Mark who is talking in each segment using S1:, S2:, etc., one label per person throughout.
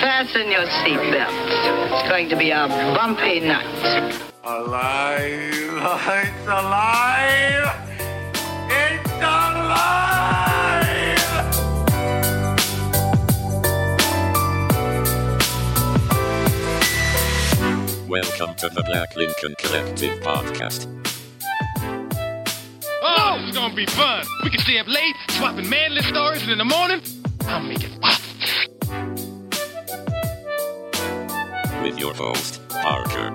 S1: Fasten your seatbelts. It's going to be a bumpy night.
S2: Alive! It's alive! It's alive!
S3: Welcome to the Black Lincoln Collective podcast.
S4: Oh, it's gonna be fun. We can stay up late, swapping manly stories, and in the morning, I'll make it pop.
S3: with your host, Parker.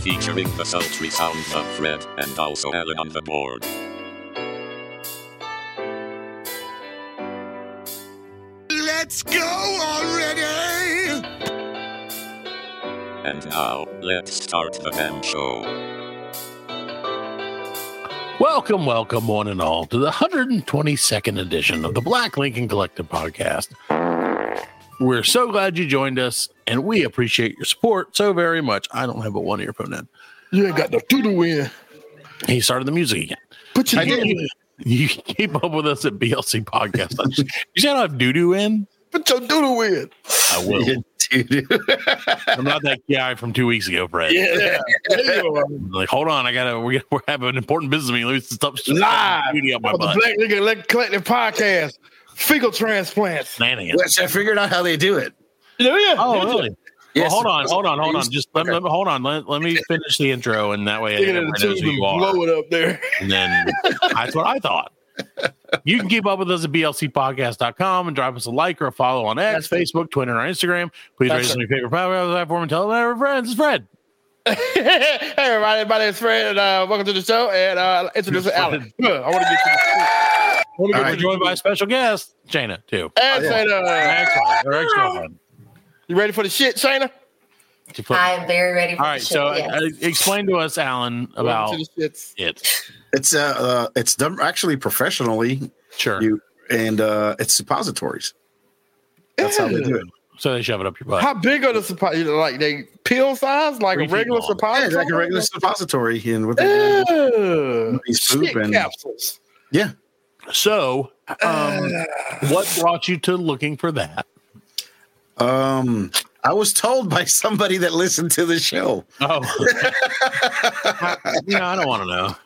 S3: Featuring the sultry sounds of Fred and also Alan on the board.
S2: Let's go already!
S3: And now, let's start the damn show.
S5: Welcome, welcome, one and all, to the 122nd edition of the Black Lincoln Collective Podcast. We're so glad you joined us, and we appreciate your support so very much. I don't have a one earphone in.
S6: You ain't got no doodle in.
S5: He started the music again.
S6: Put your
S5: I
S6: doodle
S5: didn't-
S6: in.
S5: You can keep up with us at BLC Podcast. you said I have doo doo in?
S6: Put your doodle in.
S5: I will. I'm not that guy from two weeks ago, Fred.
S6: Yeah. There you are.
S5: Like, hold on, I gotta. We're, we're having an important business meeting. Let me stop.
S6: Live
S5: Doodoo up my
S6: on the
S5: butt.
S6: Black Nigga Elect- Collective Podcast. Fecal transplants.
S5: Shenanigans.
S7: Which I figured out how they do it.
S6: Yeah, yeah.
S5: Oh, really?
S7: Yes,
S5: well, hold on, hold on, hold on.
S7: Okay.
S5: Just let, let- hold on. Let, let me finish the intro, and that way
S6: Take it in
S5: everyone
S6: the
S5: knows
S6: tube
S5: who
S6: and
S5: you are.
S6: blow it up there.
S5: And then that's what I thought. You can keep up with us at blcpodcast.com and drop us a like or a follow on X, Facebook, Twitter, and Instagram. Please
S6: That's
S5: rate us
S6: it.
S5: on your favorite platform and tell them our friends. It's Fred.
S6: hey, everybody. My name's Fred, and uh, welcome to the show. And uh, introduce Alan. Huh, I want to get to
S7: Oh,
S6: the- I wanna
S5: We're
S6: get to
S5: joined by a special guest, Shayna, too.
S6: the- And Shayna.
S5: Ex-wife, her ex-girlfriend.
S6: You ready for the shit, Shayna?
S5: She flipped-
S8: I'm very ready. For
S5: All right,
S8: the
S5: so
S8: show, yes.
S5: uh, explain to us, Alan, about
S6: Welcome to the shits.
S5: it.
S7: It's uh, uh it's done actually professionally.
S5: Sure.
S7: You and uh it's suppositories. That's how they do it.
S5: So they shove it up your butt.
S6: How big are the suppositories? Like they pill size, like
S5: Three
S6: a
S5: feet
S6: regular
S5: long.
S7: Yeah,
S6: suppository?
S7: it's like a regular suppository and what they do.
S6: Ew.
S7: These poop
S6: Shit
S7: and-
S6: capsules.
S7: Yeah.
S5: So,
S8: Uh.
S5: um, what brought you to looking for that?
S7: Um I was told by somebody that listened to the show.
S5: Oh, you know, I don't want to know.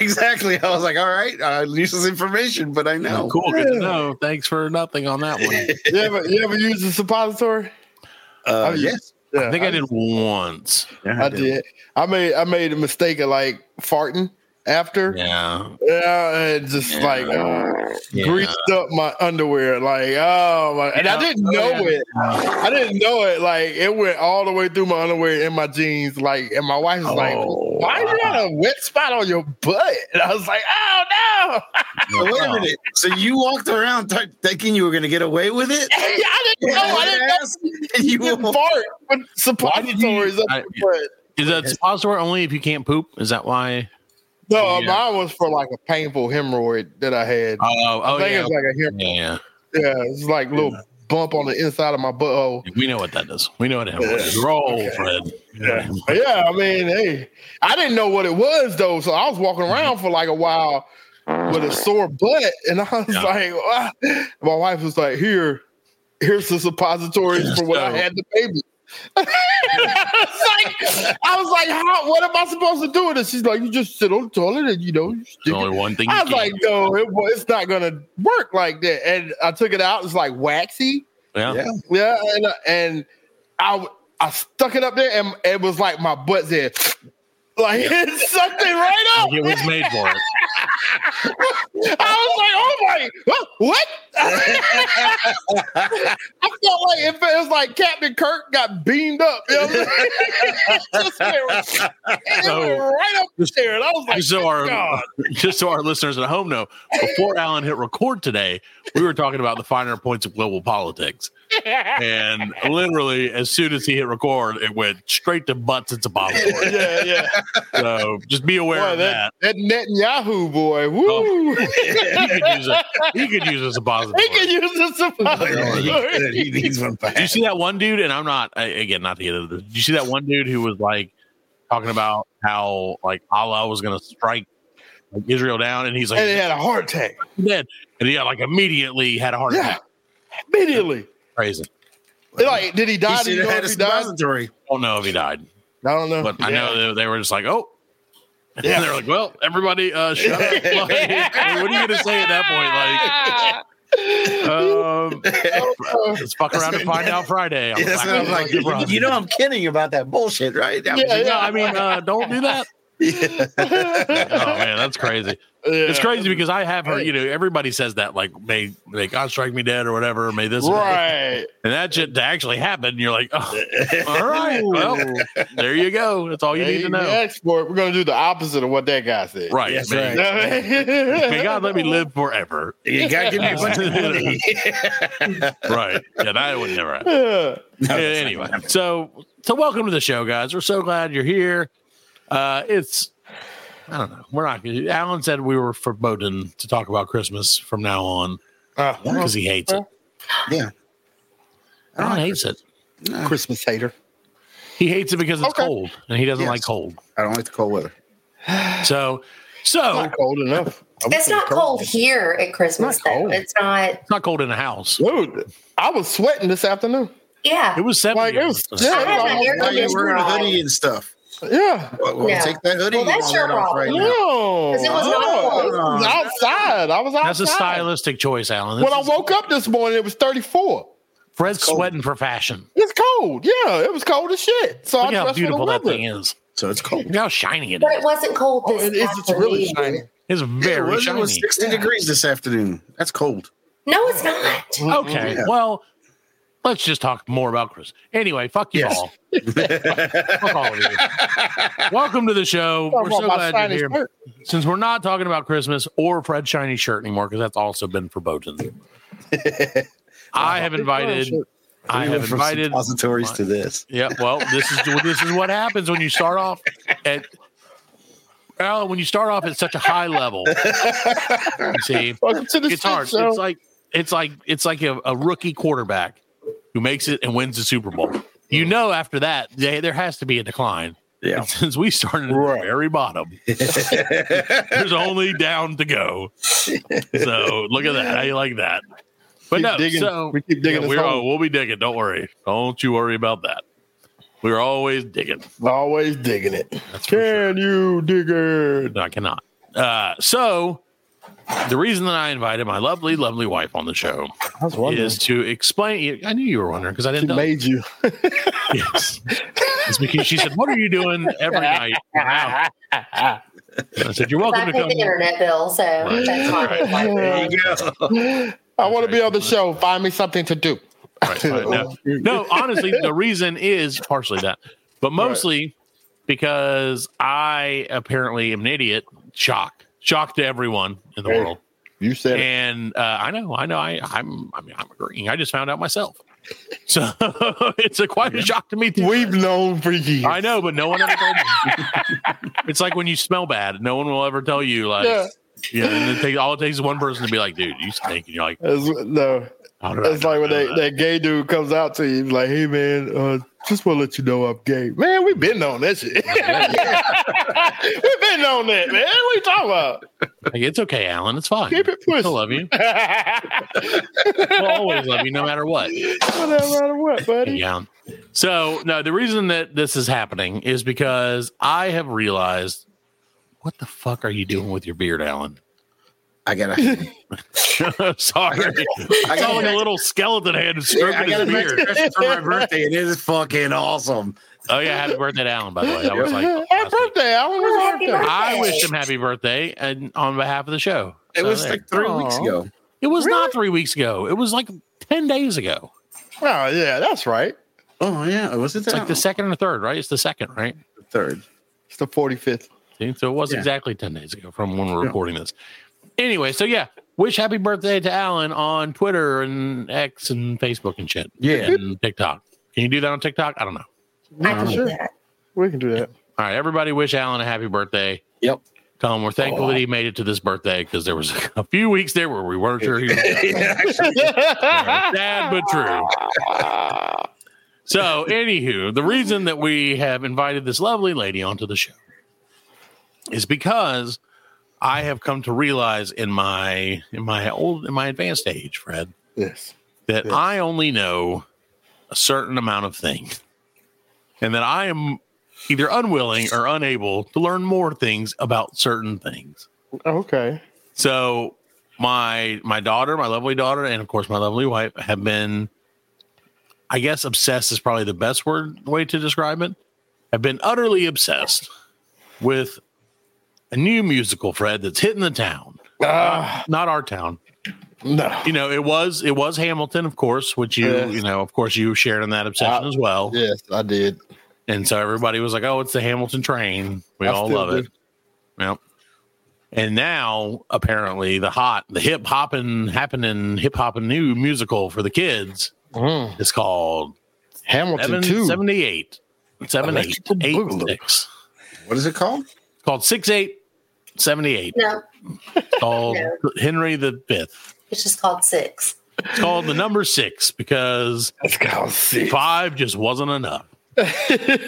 S7: exactly. I was like, all right, uh, useless information, but I know.
S5: cool, good to know. Thanks for nothing on that one.
S6: You ever, you ever use a suppository?
S7: Uh,
S6: I mean,
S7: yes.
S6: Yeah,
S5: I think I did once.
S7: Yeah,
S6: I did. I made I made a mistake of like farting after. Yeah,
S5: Yeah,
S6: and just like uh,
S5: yeah.
S6: greased up my underwear. Like oh my, and I
S5: Yeah.
S6: didn't
S5: Oh,
S6: know
S5: yeah.
S6: it. I didn't know it. Like it went all the way through my underwear and my jeans. Like and my wife was like,
S7: Oh,
S6: "Why you got a wet spot on your butt?" And I was like, "Oh no."
S7: So wait a
S5: Oh.
S7: minute. So you walked around th- thinking you were going to get away with it?
S6: I didn't know. I didn't know.
S7: Yes. And you
S6: You didn't
S7: walked-
S6: fart with
S5: Why did you-
S6: suppositories up
S5: I-
S6: your butt.
S5: Is that suppository only if you can't poop? Is that why?
S6: No,
S5: Yeah.
S6: mine was for like a painful hemorrhoid that I had.
S5: Oh, oh,
S6: I think
S5: yeah.
S6: it's like a hemorrhoid.
S5: yeah, yeah.
S6: Yeah, it's like a little bump on the inside of my butthole.
S5: We know what that is. We know what it is. Roll, Fred.
S6: Yeah. But yeah, I mean, hey, I didn't know what it was though, so I was walking
S5: Mm-hmm.
S6: around for like a while with a sore butt, and I was
S5: Yeah.
S6: like, "Why?" my wife was like, "Here, here's the suppositories for what I
S5: So-
S6: had the baby." I was like, I was like, how, what am I supposed to do with this? She's like, you just sit on the toilet and you know, you stick
S5: There's
S6: it
S5: only one thing.
S6: I was
S5: you
S6: like,
S5: can
S6: no, it, wa- it's not gonna work like that. And I took it out. It's like waxy.
S5: do. yeah.
S6: Yeah, and and I w- I stuck it up there, and it was like my butt said, like it sucked it right up.
S5: Like it was made for it.
S6: I was like, oh my, huh, what? I felt like if it was like Captain Kirk got beamed up. You know what I'm saying? It just went- it went right up there, and I was like,
S5: just so our
S6: God.
S5: just so our listeners at home know, before Alan hit record today, we were talking about the finer points of global politics, and literally as soon as he hit record, it went straight to butts and suppositories.
S6: yeah, yeah.
S5: So just be aware
S6: Boy,
S5: of
S6: that,
S5: that. Oh.
S6: that Netanyahu boy, woo!
S5: He could use a he could use a suppository.
S6: he can use this suppository.
S7: he needs one
S5: Did you
S7: back.
S5: see that one dude? And I'm not I, again not to get into this. Did you see that one dude who was like talking about how like Allah was going to strike like, Israel down, and he's like,
S6: and he had a heart attack.
S5: dead. And yeah, like immediately had a heart
S6: Yeah.
S5: attack.
S6: Immediately.
S5: Crazy.
S6: Like, did he
S7: He
S6: die? Did
S7: should
S6: you
S7: have
S6: know
S7: had
S6: if
S7: a
S6: he died?
S7: suppository.
S5: I don't know if he died,
S6: I don't know.
S5: but I know they, they were just like, oh. And
S6: Yeah.
S5: they're like, well, everybody, uh, shut up. Like, what are you going to say at that point? Like, um, let's fuck around and find out Friday. I'm
S7: Yeah, that's
S5: like,
S7: what I'm like.
S5: "Fucking
S7: You,
S5: LeBron."
S7: you know I'm kidding about that bullshit, right? That was-
S6: Yeah,
S5: No, I mean, uh, don't do that. Oh man, that's crazy. It's crazy because I have heard, you know, everybody says that, like, may may God strike me dead or whatever, may this,
S6: Right.
S5: and that shit to actually happen. You're like, oh, all right, well, there you go. That's all you need to know,
S6: Export. We're going to do the opposite of what that guy said.
S5: right?
S7: Yes,
S5: may,
S7: right.
S5: may God let me live forever,
S7: You gotta give me a bunch of money.
S5: right? Yeah, that would never happen.
S6: live.
S7: No,
S5: Yeah,
S7: that's not
S5: anyway,
S7: gonna happen.
S5: so so welcome to the show, guys. We're so glad you're here. Uh, it's I don't know. We're not. Alan said we were forbidden to talk about Christmas from now on
S6: Ah,
S7: Oh,
S5: because he hates it.
S7: yeah. I don't
S5: Alan
S7: like
S5: hates it.
S6: Christmas hater.
S5: He hates it because it's
S6: Okay.
S5: cold and he doesn't
S7: Yes.
S5: like cold.
S7: I don't like the cold weather.
S5: So so
S6: Not cold enough. I
S8: It's not cold here at Christmas,
S6: It's not cold.
S8: though. It's not.
S5: it's not cold in the house.
S6: Dude, I was sweating this afternoon.
S5: It
S8: Yeah.
S5: was seventy.
S6: Like, it was-
S5: over
S6: yeah,
S5: the-
S8: I had my air
S7: Why you
S8: conditioner
S7: wearing a
S8: on.
S7: hoodie and stuff?
S6: Yeah.
S7: Well, well,
S8: Yeah.
S7: Take that hoodie
S8: Well,
S7: and
S8: that's
S7: all
S8: your
S7: that off
S8: problem.
S7: right now.
S6: No.
S8: 'Cause it was not
S6: No,
S8: cold.
S6: it was outside. I was outside.
S5: That's a stylistic choice, Alan.
S6: When I
S5: This is-
S6: woke up this morning, it was 34.
S5: Fred's sweating for fashion.
S6: It's cold. Yeah, it was cold as shit. So
S5: Look
S6: I
S5: how
S6: dressed for the
S5: beautiful that
S6: weather.
S5: thing is.
S7: So it's cold.
S5: Look how shiny it
S8: But it
S5: is.
S8: wasn't cold
S6: Oh,
S8: this
S6: it is. It's really
S8: afternoon.
S6: shiny.
S5: It's
S7: Yeah,
S5: very
S7: it was, it
S5: shiny.
S7: was 60 degrees this afternoon. That's cold.
S8: No, it's not.
S6: Mm-hmm.
S5: Okay.
S7: Yeah.
S5: Well, let's just talk more about Chris. Anyway, fuck you
S7: Yes.
S5: all. fuck all of you. Welcome to the show.
S6: Talking
S5: We're
S6: about
S5: so
S6: my
S5: glad
S6: shiny
S5: you're here.
S6: shirt.
S5: Since we're not talking about Christmas or Fred Shiny shirt anymore, because that's also been verboten. I have invited. I
S7: We went
S5: have
S7: from
S5: invited.
S7: suppositories to this.
S5: Yeah. Well, this is this is what happens when you start off at. Alan, when you start off at such a high level, you see,
S6: Welcome to the
S5: it's hard.
S6: show.
S5: It's like it's like it's like a, a rookie quarterback who makes it and wins the Super Bowl. You
S6: Mm.
S5: know, after that, they, there has to be a decline.
S7: Yeah.
S5: And since we started at
S6: Right.
S5: the very bottom, there's only down to go. So look at that. How you like that? But
S6: Keep
S5: no,
S6: digging-
S5: so
S6: we keep digging
S5: yeah,
S6: this
S5: we're,
S6: hole.
S5: oh, we'll be digging. Don't worry. Don't you worry about that. We're always digging.
S6: Always digging it.
S5: That's for sure.
S6: Can you dig it?
S5: No, I cannot. Uh, so the reason that I invited my lovely, lovely wife on the show
S6: I was wondering.
S5: is to explain. I knew you were wondering because I
S6: She
S5: didn't know.
S6: made you.
S5: Yes. It's because she said, "What are you doing every night?" now?" I said, "You're welcome
S8: I
S5: to
S8: paid
S5: come."
S8: the internet bill, so
S5: Right.
S8: that's why.
S6: There
S7: you go.
S6: I want to be on the show. Find me something to do. Oh,
S5: Right, right, no. no, honestly, the reason is partially that, but mostly because I apparently am an idiot. Shock, shock to everyone in the
S6: Hey.
S5: world.
S6: You said it.
S5: And uh, I know, I know, I, I'm, I mean, I'm agreeing. I just found out myself, so it's a quite a shock to me. too.
S6: We've known for years.
S5: I know, but no one ever told me. it's like when you smell bad, no one will ever tell you. Like,
S6: Yeah.
S5: yeah, and it takes, all it takes is one person to be like, "Dude, you stink," and you're like,
S6: It's, no,
S5: "How did I
S6: it's like
S5: not
S6: when
S5: know
S6: they,
S5: that?"
S6: that gay dude comes out to you, he's like, "Hey man, uh, just want to let you know I'm gay." Man, we've been on that shit. we've been on that, man. What you talking about?
S5: Like, "It's okay, Alan. It's fine.
S6: Keep it
S5: I
S6: pushing.
S5: love you. I'll always love you, no matter what."
S6: Whatever, matter what, buddy.
S5: Yeah. So no, the reason that this is happening is because I have realized, what the fuck are you doing with your beard, Alan?
S7: I gotta.
S5: Sorry,
S7: I
S5: it's all like
S7: gotta
S5: a little skeleton hand
S7: Yeah, I
S5: stroking
S7: got a
S5: his
S7: nice
S5: beard.
S7: present for my birthday. It is fucking awesome.
S5: Oh yeah, happy birthday, to Alan. By the way, that was like
S6: Happy
S5: last week.
S6: birthday, Alan.
S8: Oh,
S6: What's
S8: happy
S6: your birthday?
S8: birthday.
S5: I wish him happy birthday and on behalf of the show.
S7: It
S5: So
S7: was
S5: there.
S7: like three weeks
S6: Aw.
S7: ago.
S5: it was not three weeks ago. It was like ten days ago.
S6: Oh yeah, that's right.
S7: Oh yeah, was it
S5: It's
S7: that?
S5: like the second or third, right? It's the second, right?
S7: third.
S6: It's the forty fifth.
S5: See, So it was
S7: Yeah.
S5: exactly ten days ago from when we're recording this. Anyway, so yeah, wish happy birthday to Alan on Twitter and X and Facebook and shit.
S7: Yeah.
S5: and TikTok. Can you do that on TikTok? I don't know.
S8: I can
S7: for
S8: do
S6: sure.
S8: that.
S6: We can do that.
S5: All right, everybody, wish Alan a happy birthday.
S7: Yep.
S5: Tell him we're thankful that he made it to this birthday because there was a few weeks there where we weren't sure he was. Sad but true. So, anywho, the reason that we have invited this lovely lady onto the show is because I have come to realize in my in my old in my advanced age, Fred,
S6: Yes.
S5: that
S6: Yeah.
S5: I only know a certain amount of things, and that I am either unwilling or unable to learn more things about certain things.
S6: Okay.
S5: So my my daughter, my lovely daughter, and of course my lovely wife have been, I guess, obsessed is probably the best word way to describe it. Have been utterly obsessed with a new musical, Fred, that's hitting the town,
S6: Ah,
S5: not our town.
S6: no.
S5: You know, it was it was Hamilton, of course, which you
S6: Yes.
S5: you know, of course, you shared in that obsession
S6: Uh,
S5: as well.
S6: Yes, I did.
S5: And so everybody was like, "Oh, it's the Hamilton train." We
S6: I
S5: all
S6: still
S5: love
S6: do.
S5: it. Yep. And now apparently the hot, the hip hopping, happening, hip hopping new musical for the kids
S6: Mm.
S5: is called
S6: Hamilton
S5: Seven
S6: two.
S5: Seventy Eight. Seven eight
S6: Electrical
S5: eight
S6: Boogaloo.
S5: six.
S7: What is it called?
S5: Called six eight seventy eight.
S8: No,
S5: Called
S8: No.
S5: Henry the Fifth.
S8: it's just called six.
S5: It's called the number six because
S6: Let's go see.
S5: five just wasn't enough.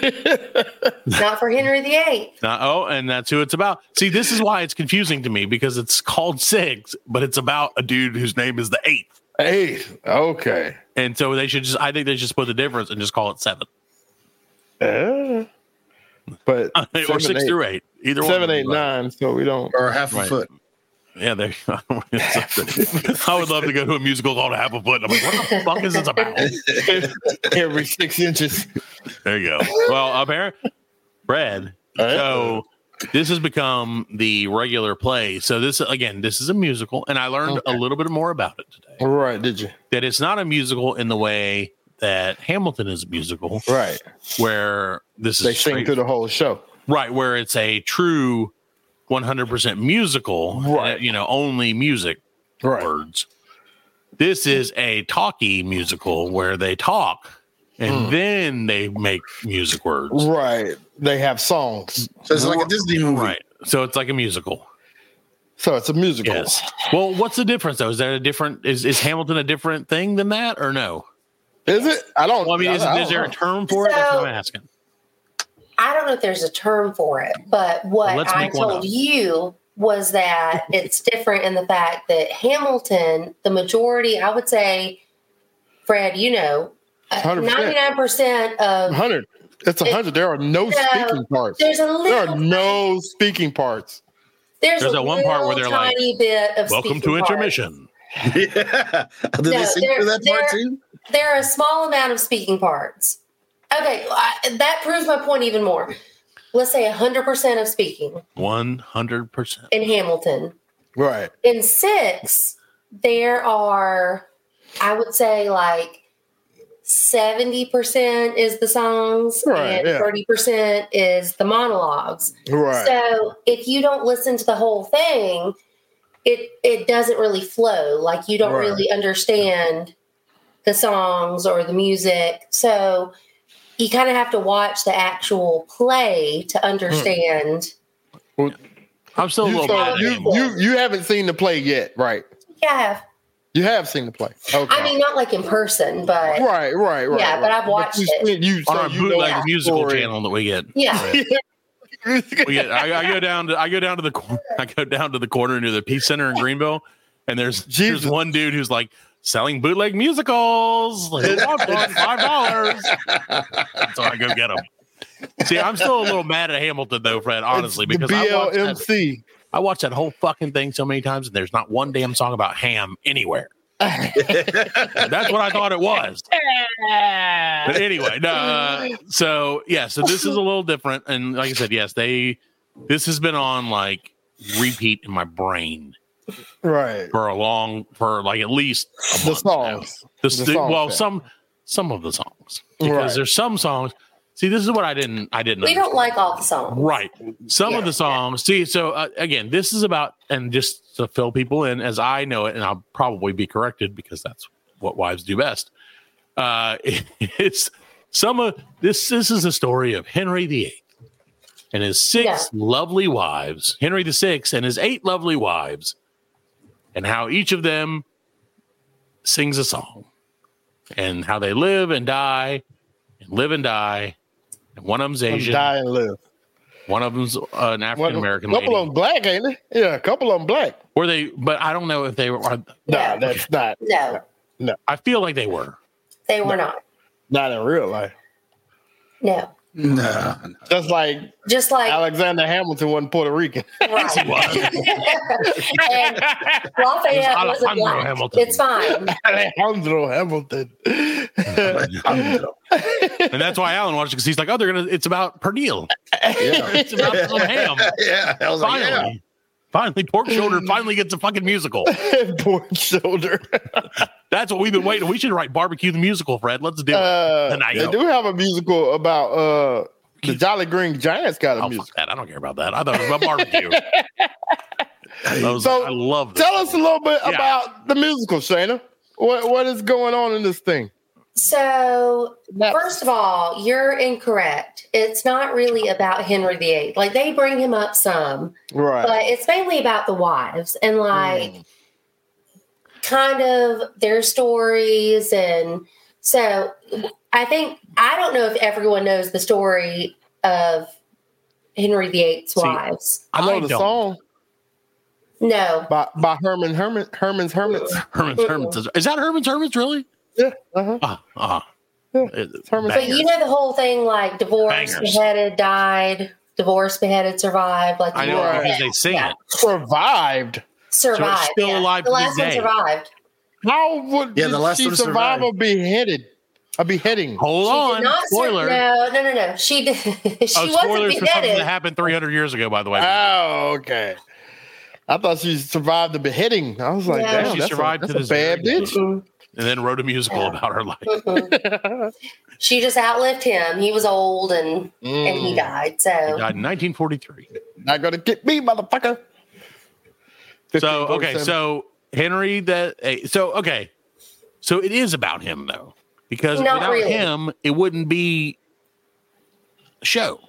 S8: Not for Henry VIII.
S5: Now- oh, and that's who it's about. See, this is why it's confusing to me because it's called Six, but it's about a dude whose name is the Eighth.
S6: Eight. Okay.
S5: And so they should just, I think they should split the difference and just call it Seven
S6: Uh, but
S5: or
S6: seven,
S5: Six
S6: eight-
S5: through Eight. Either one.
S6: seven,
S5: would be
S6: eight,
S5: right.
S6: nine. So we don't.
S7: Or half
S5: Right.
S7: a foot?
S5: Yeah, there. I would love to go to a musical called Half a Foot. I'm like, what the fuck is this about?
S6: Every six inches.
S5: There you go. Well, apparently, Brad. So this has become the regular play. So this again, this is a musical, and I learned a little bit more about it today.
S6: right? Did you?
S5: that it's not a musical in the way that Hamilton is a musical,
S6: Right.
S5: where this
S6: They
S5: is
S6: sing
S5: straight,
S6: through the whole show.
S5: right, where it's a true 100% musical,
S6: Right.
S5: uh, you know, only music
S6: Right.
S5: words. This is a talkie musical where they talk and then they make music words.
S6: Hmm. Right. They have songs.
S7: So it's like a Disney movie.
S5: Right. So it's like a musical.
S6: So it's a musical.
S5: Yes. Well, what's the difference though? Is that a different is, is Hamilton a different thing than that or no?
S6: Is it? I don't
S5: Well, I mean, is,
S6: I
S5: is there a
S6: don't
S5: term for it? That's what
S8: So-
S5: I'm asking.
S8: I don't know if there's a term for it, but what
S5: Well, let's
S8: I
S5: make one up.
S8: told you was that it's different in the fact that Hamilton, the majority, I would say, Fred, you know,
S6: 100%.
S8: 99% of
S6: know. 100. It's a 100. There are no
S8: Yeah.
S6: speaking parts.
S8: there's a
S6: There are
S8: little
S6: no speaking parts.
S8: there's,
S5: There's
S8: a
S5: that one part where they're
S8: little
S5: like,
S8: tiny bit of
S5: Welcome
S8: speaking
S5: to
S8: part.
S5: intermission.
S7: Yeah. Did
S8: No,
S7: they sing
S8: they're-
S7: through that part
S8: they're-
S7: too?
S8: There are a small amount of speaking parts. Okay, I, that proves my point even more. Let's say 100% of speaking
S5: One hundred percent.
S8: in Hamilton.
S6: Right.
S8: In six, there are, I would say, like 70% is the songs
S6: Right,
S8: and
S6: yeah.
S8: 30% is the monologues.
S6: Right.
S8: So if you don't listen to the whole thing, it it doesn't really flow. Like you don't
S6: Right.
S8: really understand the songs or the music. So you kind of have to watch the actual play to understand.
S5: I'm still a
S6: you,
S5: little
S6: so
S5: mad.
S6: you,
S5: at him.
S6: you, you haven't seen the play yet, right?
S8: Yeah,
S6: You have seen the play. Okay.
S8: I mean not like in person, but
S6: right, right, right.
S8: Yeah, but
S6: right.
S8: I've watched
S6: you,
S8: it.
S6: seen- You,
S5: on
S6: so
S5: our
S6: you know
S5: bootleg
S6: the
S5: musical
S6: story.
S5: channel that we get.
S8: yeah,
S5: We get I, I go down to I go down to the cor- I go down to the corner near the Peace Center in Greenville, and there's
S6: Jesus.
S5: there's one dude who's like selling bootleg musicals. Like, "Who wants one? five dollars. So I go get him. See, I'm still a little mad at Hamilton though, Fred. Honestly,
S6: the
S5: because I watched, that,
S6: BLMC.
S5: I watched that whole fucking thing so many times, and there's not one damn song about ham anywhere. That's what I thought it was. but anyway, no, uh, so yeah, so this is a little different, and like I said, yes, they this has been on like repeat in my brain
S6: Right.
S5: for a long for like at least a
S6: The
S5: month now.
S6: songs.
S5: The,
S6: The
S5: stu-
S6: songs,
S5: well,
S6: yeah.
S5: some some of the songs because
S6: Right.
S5: there's some songs. See, this is what I didn't I didn't
S8: we don't like all the songs.
S5: Right. Some of
S8: Yeah.
S5: the songs. See, so uh, again, this is about, and just to fill people in as I know it, and I'll probably be corrected because that's what wives do best. Uh, it's some of this. This is a story of Henry VIII and his six
S8: Yeah.
S5: lovely wives, Henry the Sixth and his eight lovely wives, and how each of them sings a song, and how they live and die, and live and die, and one of them's
S6: Let's
S5: Asian,
S6: Die and live.
S5: One of them's uh, an African American
S6: couple
S5: lady.
S6: on black, ain't it? Yeah, a couple on black.
S5: Were they? But I don't know if they were.
S6: Nah,
S8: No.
S6: that's not
S8: No,
S5: I feel like they were.
S8: they were not.
S6: not in real life.
S8: No.
S7: No, no.
S6: Just like
S8: Just like
S6: Alexander Hamilton wasn't Puerto Rican.
S8: right. and Lafayette was a
S5: Alejandro
S8: black.
S5: Hamilton.
S8: It's fine.
S6: Alejandro Hamilton.
S7: Alejandro.
S5: and that's why Alan watched it because he's like, oh, they're gonna. It's about Pernille.
S7: Yeah.
S5: It's about Tom Ham.
S7: yeah, I was like,
S5: Finally,
S7: yeah.
S5: finally, Pork Shoulder finally gets a fucking musical.
S6: Poor shoulder.
S5: That's what we've been waiting. We should write Barbecue the Musical, Fred. Let's do it.
S6: Uh,
S5: Tonight.
S6: they do have a musical about uh, the Jolly Green Giants got a
S5: Oh,
S6: musical.
S5: fuck that. I don't care about that. I thought it was about barbecue. I, was
S6: So,
S5: like, I love this.
S6: Tell us a little bit
S5: Yeah.
S6: about the musical, Shayna. What what is going on in this thing?
S8: So,
S6: Now-
S8: first of all, you're incorrect. It's not really about Henry VIII. Like they bring him up some,
S6: right.
S8: but it's mainly about the wives and like
S5: Hmm.
S8: kind of their stories and so i think i don't know if everyone knows the story of henry viii's
S5: See-
S8: wives
S6: I know the
S5: don't.
S6: song
S8: no
S6: by, by Herman Herman Herman's Hermits.
S5: Herman's Hermits. Is, that Herman's Hermits, really?
S6: Yeah. Uh-huh.
S5: Ah, ah.
S6: Yeah,
S5: It-
S6: Herman's-
S8: but you
S5: bangers.
S8: know the whole thing like divorced
S5: Bangers.
S8: beheaded died divorced beheaded survived like
S5: I know
S6: Right.
S5: because they sing
S8: Yeah.
S5: it.
S6: Survived.
S8: survived
S5: still
S8: yeah.
S5: alive
S8: the
S5: to this
S8: last one
S5: day.
S8: survived
S6: How would
S7: Yeah,
S6: did
S7: the last
S6: she
S7: one
S6: survive
S7: survived.
S6: a beheaded? A beheading.
S5: Hold
S8: She did
S5: on.
S8: not sur-
S5: Spoiler.
S8: no no no no she did she
S5: oh, spoilers
S8: wasn't
S5: for something that
S8: beheaded
S5: happened 300 years ago, by the way.
S6: Oh, okay. I thought she survived the beheading. I was like,
S8: Yeah.
S6: damn,
S5: She
S6: that's
S5: survived
S6: a,
S5: to
S6: that's a
S5: this
S6: bad
S5: very
S6: bitch.
S8: Mm.
S5: and then wrote a musical about her life.
S8: Mhm. she just outlived him. He was old and and he
S6: Mm.
S8: died. So
S5: She died in 1943.
S6: Not gonna get me, motherfucker.
S5: So, okay.
S6: 1547.
S5: So, Henry, that. eh, So, okay. So, it is about him, though, because
S8: Not
S5: without
S8: really.
S5: him, it wouldn't be a show.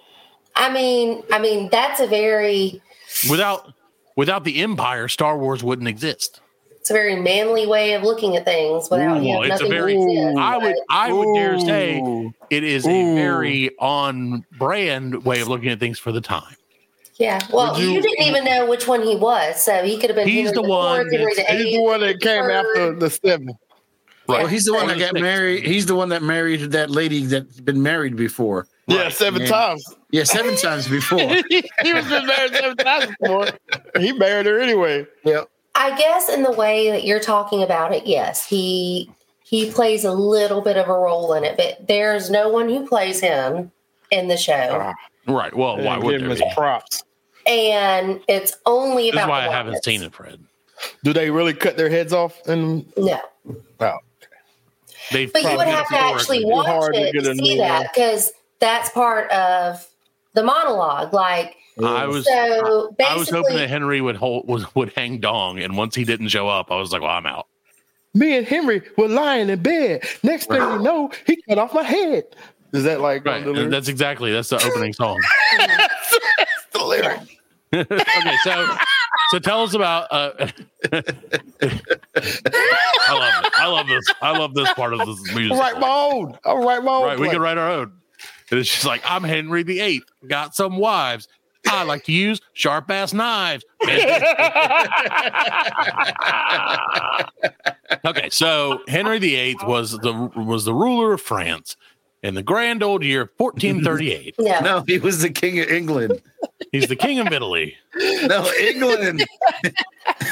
S8: I mean, I mean that's a very
S5: Without without the Empire, Star Wars wouldn't exist.
S8: it's a very manly way of looking at things. Without
S5: Ooh,
S8: him,
S5: it's a
S8: nothing
S5: very-
S8: would exist.
S5: I would I would dare say
S6: Ooh.
S5: it is a
S6: Ooh.
S5: very on brand way of looking at things for the time.
S8: yeah. Well,
S6: Would
S8: you,
S6: you-
S8: didn't even know which one he was, so he could have been.
S5: He's
S8: Henry
S5: the one
S8: fourth, Henry
S5: that's-
S8: the
S6: He's the
S8: eighth.
S6: one that came after the seven.
S7: Well, Oh, he's the one that got
S5: Right.
S7: married. He's the one that married that lady that's been married before.
S6: Yeah, seven
S7: Yeah.
S6: times.
S7: Yeah, seven times before.
S6: he was been married seven times before. He married her anyway.
S7: Yep.
S8: I guess in the way that you're talking about it, yes, he he plays a little bit of a role in it, but there's no one who plays him in the show.
S5: Right. Well, why
S6: They
S5: would
S6: give him
S5: there
S6: his
S5: be?
S6: props?
S8: and it's only
S5: This
S8: about
S5: is why
S8: the
S5: I haven't
S8: wives.
S5: seen it, Fred.
S6: Do they really cut their heads off? And oh.
S8: No,
S6: wow,
S5: They've
S8: but you
S5: probably
S8: would have to actually
S5: historically-
S8: watch
S6: hard to
S8: it to,
S6: get a
S8: see
S6: new
S8: that
S6: one.
S8: because that's part of the monologue. Like
S5: I was
S8: so, basically,
S5: I was hoping that Henry would hold was would hang dong, and once he didn't show up, I was like, "Well, I'm out."
S6: me and Henry were lying in bed. Next thing you know, he cut off my head. Is that like
S5: Right.
S6: the lyrics?
S5: That's exactly that's the opening song.
S6: the lyric?
S5: okay, so so tell us about. Uh, I love it. I love this. I love this part of this music.
S6: I'll write my own. I'll write
S8: Oh,
S6: my own.
S5: right, we
S6: play.
S5: can write our own. And it's just like I'm Henry the Eighth, got some wives. I like to use sharp ass knives. okay, so Henry the Eighth was the was the ruler of France in the grand old year 1438.
S8: no,
S7: No, he was the king of England.
S5: He's the king of Italy.
S7: No, England.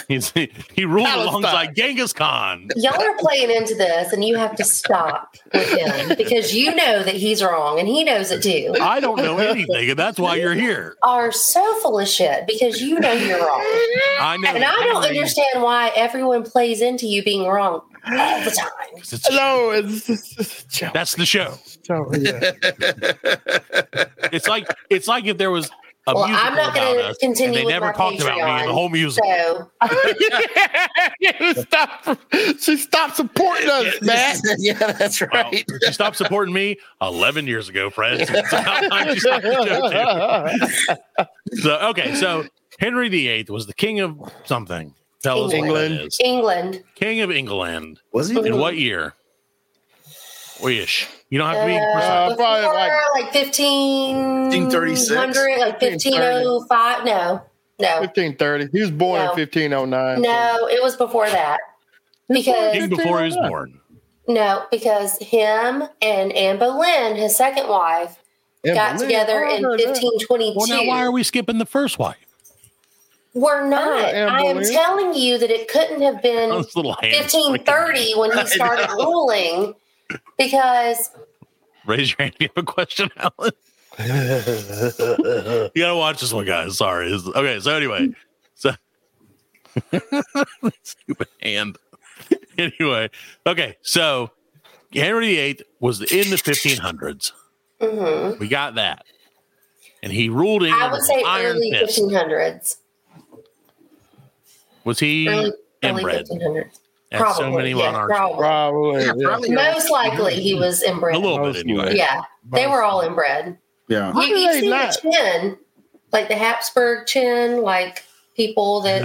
S5: He's, he, ruled
S6: Palestine.
S5: alongside Genghis Khan.
S8: y'all are playing into this, and you have to stop with him because you know that he's wrong, and he knows it too.
S5: I don't know anything, and that's why you're here.
S8: Are so full of shit because you know you're wrong,
S5: I know.
S8: and I don't
S5: Henry-
S8: understand why everyone plays into you being wrong all the time.
S5: It's-
S6: No, it's it's- it's a joke.
S5: That's the show.
S6: joke, yeah.
S5: It's like it's like if there was a
S8: Well, I'm
S5: musical
S8: not gonna
S5: about us,
S8: continue
S5: and they
S8: with
S5: never
S8: my
S5: talked about me in the
S8: Patreon,
S5: whole music.
S8: So
S6: Stop. She stopped supporting us, man.
S7: yeah, that's
S5: Well,
S7: right.
S5: she stopped supporting me 11 years ago, friends. That's how long she stopped the show, too. so okay, so Henry VIII was the king of something. Tell us what that
S6: England.
S5: is.
S8: England.
S5: King of England.
S7: Was he?
S5: In what year? ish. You don't have to be
S8: Uh,
S5: precise.
S6: Uh, probably
S8: before,
S6: like-
S8: like 15
S7: 1536.
S8: 100, like 1505 no no
S6: 1530. He was born
S8: No.
S6: in 1509.
S8: no it was before that because
S5: Even before he was born.
S8: no because him and anne boleyn his second wife
S6: Anne
S8: got
S6: Boleyn.
S8: together
S6: Oh,
S8: in
S6: no, no.
S5: Well, now
S8: 1522
S5: why are we skipping the first wife?
S8: we're not
S6: Anne
S8: i am
S6: Boleyn.
S8: telling you that it couldn't have been
S5: Those little hands.
S8: 1530 when he started ruling because
S5: Raise your hand if you have a question, Alan. you gotta watch this one, guys. Sorry. This- Okay, so anyway, so stupid hand. anyway, okay, so Henry VIII was in the 1500s.
S8: mhm.
S5: We got that, and he ruled England.
S8: i would say
S5: with iron
S8: early
S5: fist.
S8: 1500s
S5: Was he
S8: early, early
S5: inbred?
S8: 1500s
S5: As so
S8: probably,
S5: many
S8: yeah,
S5: monarchs.
S8: probably.
S6: Probably.
S7: Yeah,
S6: yeah.
S7: probably.
S8: Most likely he was inbred.
S5: A little bit anyway.
S8: Yeah, they were all inbred.
S7: Yeah.
S8: You, you
S6: they
S8: see
S6: not?
S8: the chin, like the Habsburg chin, like people that.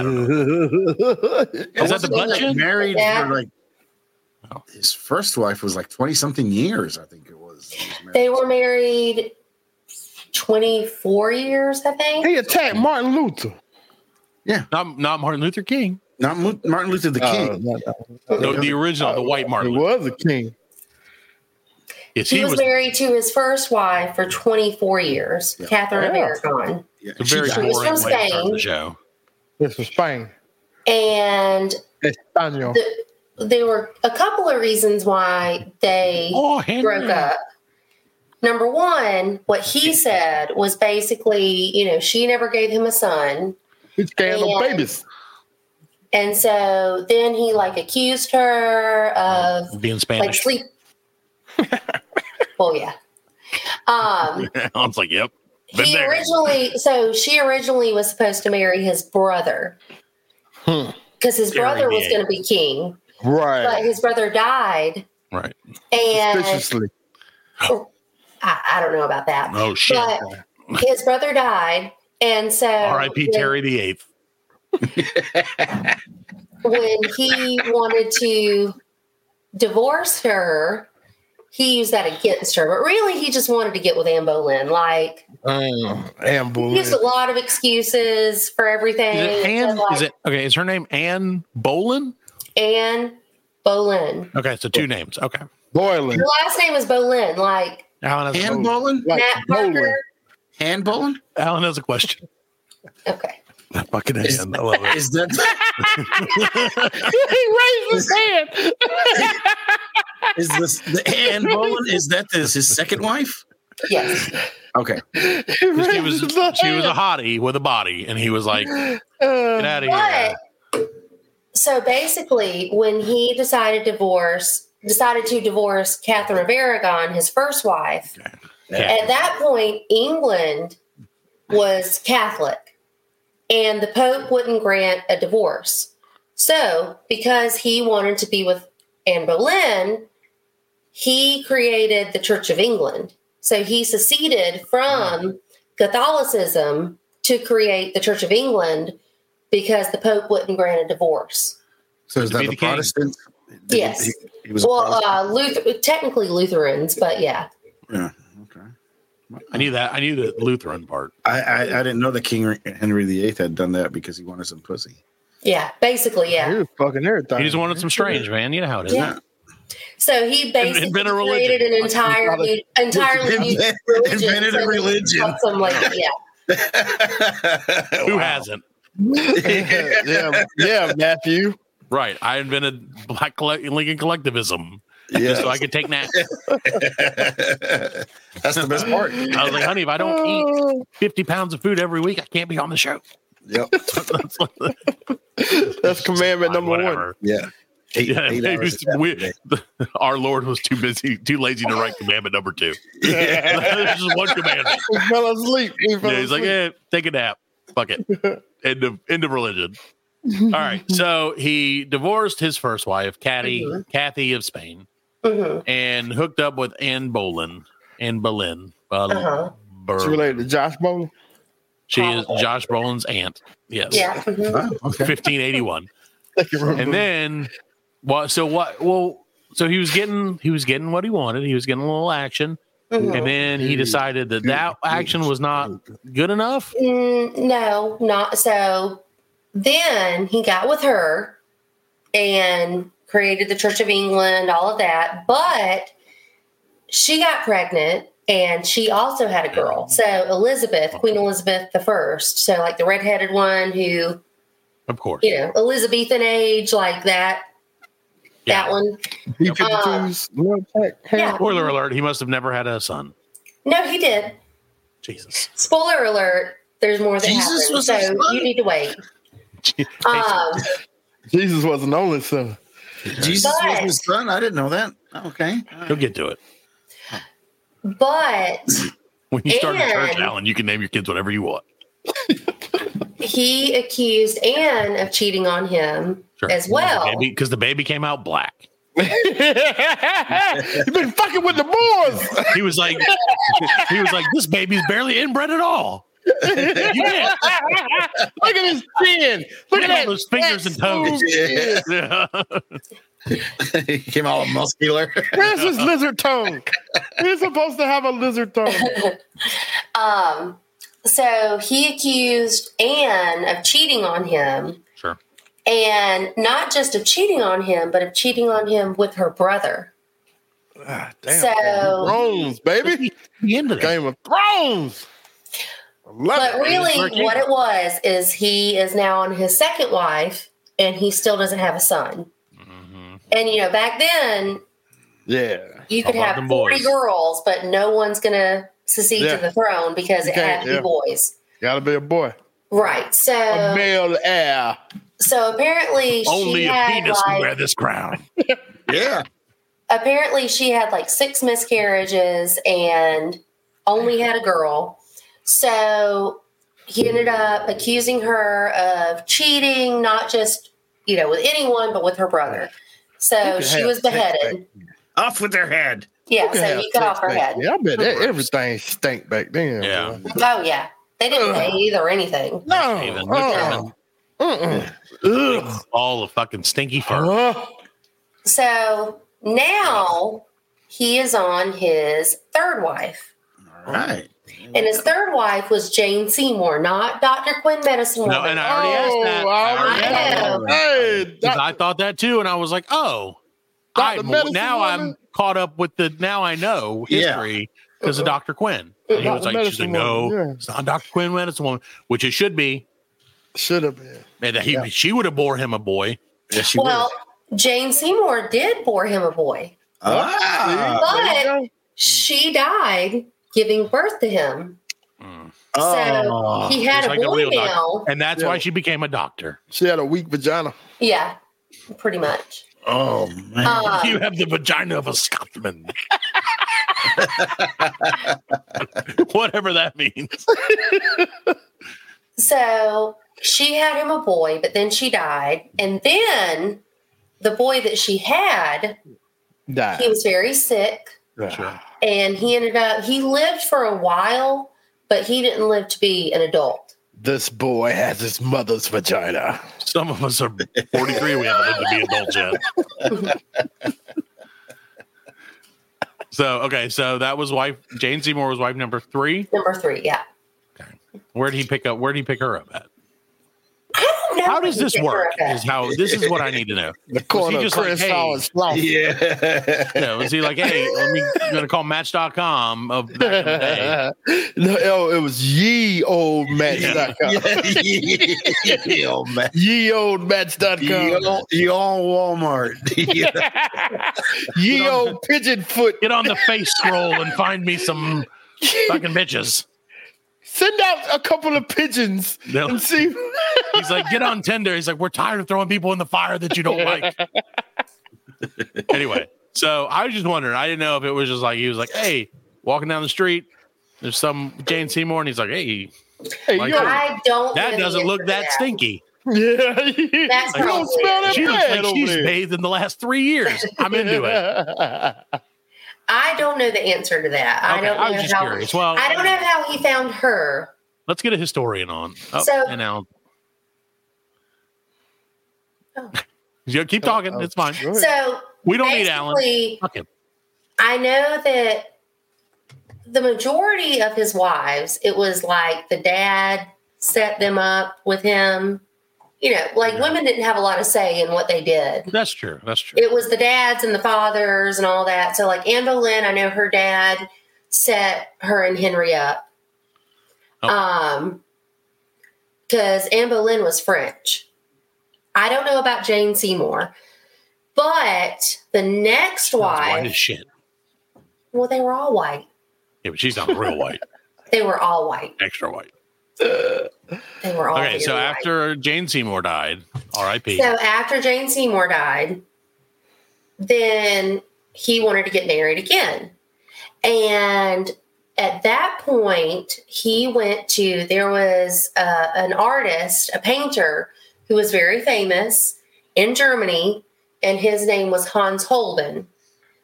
S5: Is that the
S7: Wasn't he,
S5: butt
S7: like,
S5: chin?
S7: Married
S8: Yeah.
S7: for like his first wife was like twenty something years, I think it was. He was married.
S8: They were married 24 years, I think.
S6: He attacked Martin Luther.
S5: Not, not Martin Luther King.
S7: not Mu- Martin Luther the
S6: Uh,
S7: King.
S6: no, no.
S8: Oh,
S5: No, the original, the white
S6: he
S5: Martin. Luther.
S6: was a king.
S5: Yes,
S8: He, was, married to his first wife for 24 years,
S7: Yeah.
S8: Catherine of
S6: Yeah.
S8: Aragon.
S7: Yeah,
S5: It's a
S7: she
S5: very
S7: died.
S8: He
S5: boring
S8: was
S5: way
S8: from
S5: to start the
S8: Spain.
S5: show.
S6: This was Spain.
S8: And
S6: Espanol.
S8: the, there were a couple of reasons why they
S5: Oh, Henry.
S8: broke up. Number one, what he said was basically, you know, she never gave him a son.
S6: He scanned them
S8: and-
S6: babies.
S8: And so then he like accused her of
S5: Being
S8: like
S5: Spanish.
S8: sleep. well, yeah. Um,
S5: I was like, yep. Been
S8: he
S5: there.
S8: originally, so she originally was supposed to marry his brother
S6: Hmm.
S8: because his
S5: Very
S8: brother was
S5: big.
S8: going to be king, but
S6: Right.
S8: his brother died.
S5: Right.
S8: And
S6: Suspiciously.
S8: I, I don't know about that.
S5: Oh, shit.
S8: But uh, his brother died. And so
S5: R.I.P.
S8: when-
S5: Terry the Eighth.
S8: when he wanted to divorce her, he used that against her. But really, he just wanted to get with Anne Boleyn. Like,
S6: Um, Anne
S8: he used
S6: Boleyn.
S8: a lot of excuses for everything.
S5: Is it Anne?
S8: So, like,
S5: Is it okay? Is her name Anne Bolin?
S8: Anne Boleyn?
S5: Okay, so two names. Okay.
S6: Boylan.
S8: Her last name is Boleyn. Like,
S5: Alan has,
S7: Hand bowling?
S6: Like
S8: Matt
S6: Boleyn.
S8: Parker.
S7: Hand bowling?
S5: Alan has a question.
S8: Okay.
S5: That fucking hand. I love it.
S7: Is that
S6: he raised his hand.
S7: is this the hand bowling? Is that this his second wife?
S8: Yes.
S7: Okay.
S6: He raised
S5: She was,
S6: his hand.
S5: she was a hottie with a body, and he was like, get out of here.
S8: But so basically, when he decided divorce, decided to divorce Catherine of Aragon, his first wife,
S5: Yeah.
S8: At that point, England was Catholic, and the Pope wouldn't grant a divorce. So, because he wanted to be with Anne Boleyn, he created the Church of England. So, he seceded from Catholicism to create the Church of England because the Pope wouldn't grant a divorce.
S7: So is
S5: To
S7: that
S5: be
S7: the
S5: the king.
S7: Protestant?
S8: Yes.
S7: He, he was a
S8: Well,
S7: Protestant.
S8: uh, Luther, technically Lutherans, but yeah.
S7: yeah. Okay.
S5: I knew that. I knew the Lutheran part.
S7: I, I, I didn't know that King Henry VIII had done that because he wanted some pussy.
S8: Yeah, basically, yeah.
S6: He was fucking everything.
S5: He just wanted some strange, man. You know how it is.
S8: Yeah. So he basically
S5: Invent a religion.
S8: created an entire, new, entirely new
S7: Invent-
S8: religion.
S7: invented a
S8: So
S7: religion.
S8: it's Some like yeah,
S5: Who hasn't?
S6: yeah, yeah, yeah, Matthew.
S5: Right. I invented Black Colle- Lincoln collectivism just so I could take naps.
S7: That's the best part.
S5: I was like, honey, if I don't eat 50 pounds of food every week, I can't be on the show.
S7: Yep.
S5: That's like-
S6: That's commandment number one.
S5: Whatever.
S7: Yeah. Eight,
S5: Yeah,
S7: eight
S5: it
S7: hours
S5: was
S7: a day.
S5: weird. Our Lord was too busy, too lazy to write commandment number two. There's just one commandment.
S6: He fell asleep. He fell
S5: Yeah, he's like,
S6: asleep.
S5: eh, take a nap. Fuck it. End of end of religion. All right. So he divorced his first wife, Cathy, Kathy of Spain,
S8: hmm
S5: and hooked up with Anne Boleyn. Anne Boleyn. Bol-
S8: Uh-huh.
S5: Bol-
S6: It's related to Josh Bowen.
S5: She is Josh Brolin's aunt. Yes.
S8: yeah. mhm.
S7: Oh, okay.
S5: 1581. And then, well, so what? Well, so he was getting he was getting what he wanted. He was getting a little action,
S8: mm-hmm. Oh,
S5: and then he decided that that action was not good enough.
S8: Mm, no, not so. Then he got with her and created the Church of England, all of that. But she got pregnant and she also had a girl. So Elizabeth, Queen Elizabeth the First, so like the redheaded one who,
S5: Of course,
S8: you know, Elizabethan age, like that.
S5: Yeah.
S8: That one. Um,
S6: B-52s, love tech, hair.
S8: Yeah.
S5: Spoiler alert: he must have never had a son.
S8: No, he did.
S5: Jesus,
S8: Spoiler alert, there's more that
S7: Jesus
S8: happens.
S7: was
S8: so
S7: a son?
S8: you need to wait. Um,
S6: Jesus was an only son.
S7: Jesus was his son. I didn't know that. Okay.
S5: you'll get to it
S8: but
S5: when you start a church,
S8: And-
S5: Alan. You can name your kids whatever you want.
S8: he accused Anne of cheating on him as well.
S5: because the baby came out black.
S6: You've been fucking with the boys.
S5: He was like, he was like, this baby's barely inbred at all. You can't.
S6: Look at his chin. Look
S5: Look at
S6: at
S5: all
S6: that.
S5: those fingers and toes.
S7: Yeah.
S5: Yeah.
S7: he came out muscular.
S6: Where's his lizard tongue? He's supposed to have a lizard tongue.
S8: Um, so he accused Anne of cheating on him,
S5: Sure.
S8: and not just of cheating on him, but of cheating on him with her brother.
S6: Ah, damn.
S8: So,
S6: Thrones, baby.
S5: The end of that.
S6: Game of Thrones. I love
S8: but
S6: it.
S8: really,
S5: Marquis.
S8: what it was is he is now on his second wife, and he still doesn't have a son. And you know, back then
S6: Yeah.
S8: you could
S5: about
S8: have
S5: them
S8: 40
S5: boys?
S8: girls, but no one's going to succeed
S6: Yeah.
S8: to the throne because
S6: You
S8: it had
S6: can't,
S8: to be
S6: yeah.
S8: boys.
S6: Gotta be a boy.
S8: Right. So,
S6: A male heir.
S8: so apparently
S5: Only
S8: she
S5: a
S8: had
S5: penis can
S8: like,
S5: wear this crown.
S7: Yeah.
S8: apparently she had like six miscarriages and only had a girl. So he ended up accusing her of cheating, not just, you know, with anyone, but with her brother. So
S6: could
S8: she
S6: have
S8: was
S6: sex
S8: beheaded.
S7: Off with their head.
S8: Yeah,
S6: Could
S8: so
S6: have
S8: he cut
S6: sex
S8: off her
S6: back
S8: head.
S6: then. I bet that everything stank back then.
S5: Yeah.
S6: boy.
S8: Oh, yeah. They didn't pay either anything.
S5: Even.
S6: No. uh-uh. Mm-mm. Ugh.
S5: All the fucking stinky fur.
S6: Uh,
S8: So now he is on his third wife.
S7: All right.
S8: And his third wife was Jane Seymour, not Dr. Quinn Medicine.
S5: No,
S8: Woman.
S5: and I already asked that.
S6: Oh,
S5: I
S6: I
S5: already
S8: I
S5: asked that.
S8: know.
S6: Hey,
S5: Because
S6: doc-
S5: I thought that too, and I was like, oh,
S6: Dr.
S5: I'm-
S6: Medicine
S5: now I'm
S6: Woman?
S5: caught up with the now I know
S7: Yeah.
S5: history because of Dr. Quinn. And he
S6: Dr.
S5: was like, she's like,
S6: Uh, Medicine
S5: no,
S6: Woman, yeah.
S5: it's not Dr. Quinn medicine woman, which it should be.
S6: should have been.
S5: And he,
S6: Yeah.
S5: she would have bore him a boy.
S7: Yes, she
S8: Well, Jane Seymour did bore him a boy,
S7: will. Ah.
S8: but she died giving birth to him. So
S7: Oh.
S8: he had
S5: It's
S8: a
S5: like a
S8: boy
S5: real doctor.
S8: now.
S5: And that's
S6: Yeah.
S5: why she became a doctor.
S6: She had a weak vagina.
S8: Yeah, pretty much.
S7: Oh, man.
S5: you
S6: Uh.
S8: Um,
S5: have the vagina of a Scotsman. Whatever that means.
S8: so she had him a boy, but then she died. And then the boy that she had,
S6: Died.
S8: he was very sick.
S6: Sure.
S8: and he ended up he lived for a while but he didn't live to be an adult
S6: This boy has his mother's vagina.
S5: Some of us are 43. We haven't lived to be adults yet. so, okay. So that was wife. Jane Seymour was wife number three.
S8: number three yeah
S5: Where'd he pick up? Where'd he pick her up at?
S8: I don't know
S5: How
S8: what
S5: does
S8: he
S5: this
S8: did for
S5: work?
S8: a guy.
S5: Is how this is what I need to know.
S6: The corner of
S5: just like,
S6: Chris
S5: hey?
S6: Saul is sloth.
S7: yeah.
S5: You know, is he like, hey, let me, I'm going to call Match.com of back in the day.
S6: no, oh, it was ye old match.com.
S7: yeah. Oh, man.
S6: Ye old match.com.
S7: You all, you all Walmart. yeah.
S6: Ye old pigeon foot.
S5: Get on the face scroll and find me some fucking bitches.
S6: Send out a couple of pigeons
S5: They'll-
S6: and see.
S5: He's like, get on Tinder. He's like, we're tired of throwing people in the fire that you don't like. anyway, so I was just wondering. I didn't know if it was just like he was like, hey, walking down the street, there's some Jane Seymour, and he's like, hey,
S6: Hey,
S5: Like
S6: yo,
S8: i don't know
S5: that
S8: the
S5: doesn't look
S8: answer to
S5: that stinky.
S6: yeah, you
S8: That's
S6: don't smell that
S5: She looks
S6: bad
S5: like
S6: over
S5: she's
S6: there.
S5: bathed in the last three years. I'm into it.
S8: i don't know the answer to that i
S5: Okay,
S8: don't know
S5: I was just
S8: how
S5: curious. Well-
S8: i don't know how he found her
S5: Let's get a historian on. Oh,
S8: So-
S5: and now.
S8: Oh.
S5: Yeah, keep talking. It's fine.
S6: Go ahead.
S8: so
S5: We don't need Alan.
S8: Basically,
S5: Fuck him.
S8: I know that the majority of his wives, it was like the dad set them up with him. You know, like women didn't have a lot of say in what they did.
S5: That's true. That's true.
S8: It was the dads and the fathers and all that. So, like Anne Boleyn, I know her dad set her and Henry up.
S5: Oh.
S8: Um, because Anne Boleyn was French. I don't know about Jane Seymour, but the next
S5: White
S8: wife,
S5: as shit.
S8: well, they were all white.
S5: Yeah, but she's not real white.
S8: They were all white.
S5: Extra white.
S8: They were all
S5: Okay, so
S8: very white.
S5: after Jane Seymour died, R.I.P.
S8: so after Jane Seymour died, then he wanted to get married again, and at that point he went to there was uh, an artist, a painter who was very famous in Germany, and his name was Hans Holbein.